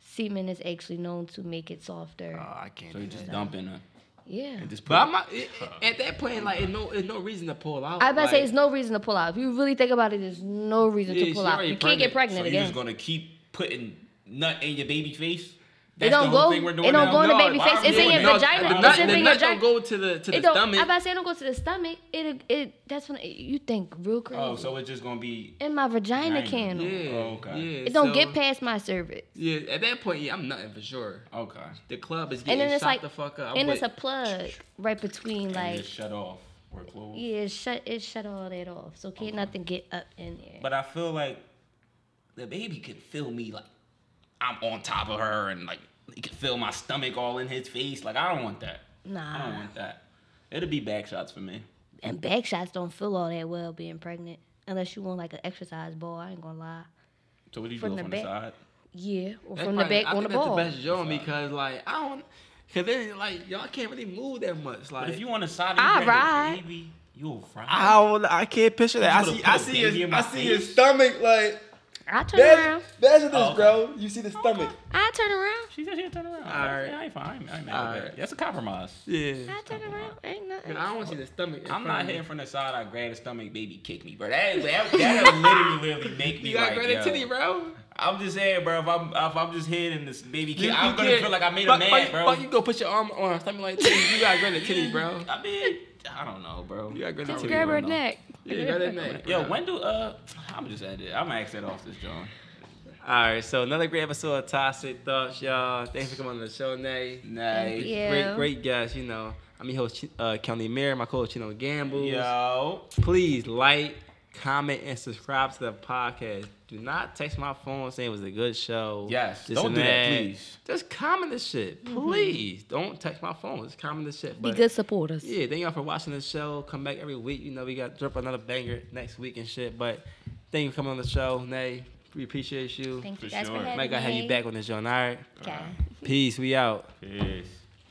Semen is actually known to make it softer.
Oh, I can't.
So
do
you
that.
just dumping her.
yeah.
And just put.
But I'm not, it, it- at that point, like, it's no, it's no reason to pull out.
I about to say
like-
there's no reason to pull out. If you really think about it, there's no reason
Yeah,
to
she
pull out.
already
You can't get pregnant
so you
again.
just gonna keep putting nut in your baby face?
It don't
the whole
go-
thing we're doing
it don't
now?
go in the
No,
baby
why
face.
are we
It's in
doing
your
that?
No,
vagina.
The
It's
nut,
in
the
your
nut don't
vagina.
go to the to the
it don't.
stomach.
I about to say it don't go to the stomach. It it that's when it, you think real crazy.
Oh, so it's just gonna be.
in my vagina
Vagina.
canal.
yeah.
Oh, okay.
Yeah.
It don't
so-
get past my cervix.
Yeah. At that point, yeah, I'm nothing for sure.
Okay.
The club is
And
getting
then it's
shot
like
the fuck up. I'm
and it's a
with-
plug right between
And
like
just shut off or close.
yeah, it shut it shut all that off. So can't nothing get up in there.
But I feel like the baby can feel me like I'm on top of her and like he can feel my stomach all in his face. Like I don't want that. I don't
nah.
want that. It'll be back shots for me.
And back shots don't feel all that well being pregnant. Unless you want like an exercise ball, I ain't gonna lie.
So what do you
From
do
the
on
back?
the side?
Yeah, or
that's
from the
probably-
back
I
on the
think that's
ball.
the best joint because like I don't, cause then like y'all can't really move that much. Like
But if you on the side,
I
you
ride.
Baby, you'll ride.
I don't, I can't picture that. I
You
see
would've
I
put a
see
baby
his
in my
I see his
face?
stomach like
I turn around.
That's, that's this,
Oh, okay.
bro. You see the stomach.
I turn around.
She said she'll turn around.
All right.
Yeah, I ain't fine. I ain't mad
All
at that.
right.
That's a compromise.
Yeah.
I turn around. Ain't nothing.
I don't see the stomach. in
I'm
front
not
of me.
here from the side. I grab the stomach, baby, kick me, bro. That that, that literally,
<laughs>
literally make me
You got
like,
great
yo.
titty, bro.
I'm just saying, bro. If I'm if I'm just hitting this baby kick,
You-
I'm
you
gonna
can't-
feel like I made
fuck-
a man,
fuck,
bro.
Fuck, you go put your arm on her stomach like titty. You got great titty, bro.
I mean, I don't know, bro.
You got great
Just
titty.
grab
bro.
her neck.
Yeah, grab that
<laughs>
neck.
Yo,
bro.
when do uh? I'm just at it. I'm gonna ask that off this, John.
All right, so another great episode of Toxic Thoughts, y'all. Thanks for coming on the show, Nay.
Nice.
Yeah.
Great, great guest. You know, I'm your host, Ch- uh, County Mayor. My co-host Chino Gamble.
Yo.
Please like, comment, and subscribe to the podcast. Do not text my phone saying it was a good show.
Yes.
this
Don't
and
do that, please.
Just comment this shit, please. Don't text my phone. Just comment this shit.
Mm-hmm. Be
But-
good supporters.
yeah, thank y'all for watching the show. Come back every week. You know, we got drop another banger next week and shit. But thank you for coming on the show, Nay. We appreciate you.
Thank you
For
guys
sure.
for having
Might gotta have
me.
you back on the show. All right.
Okay.
Peace. We out.
Peace.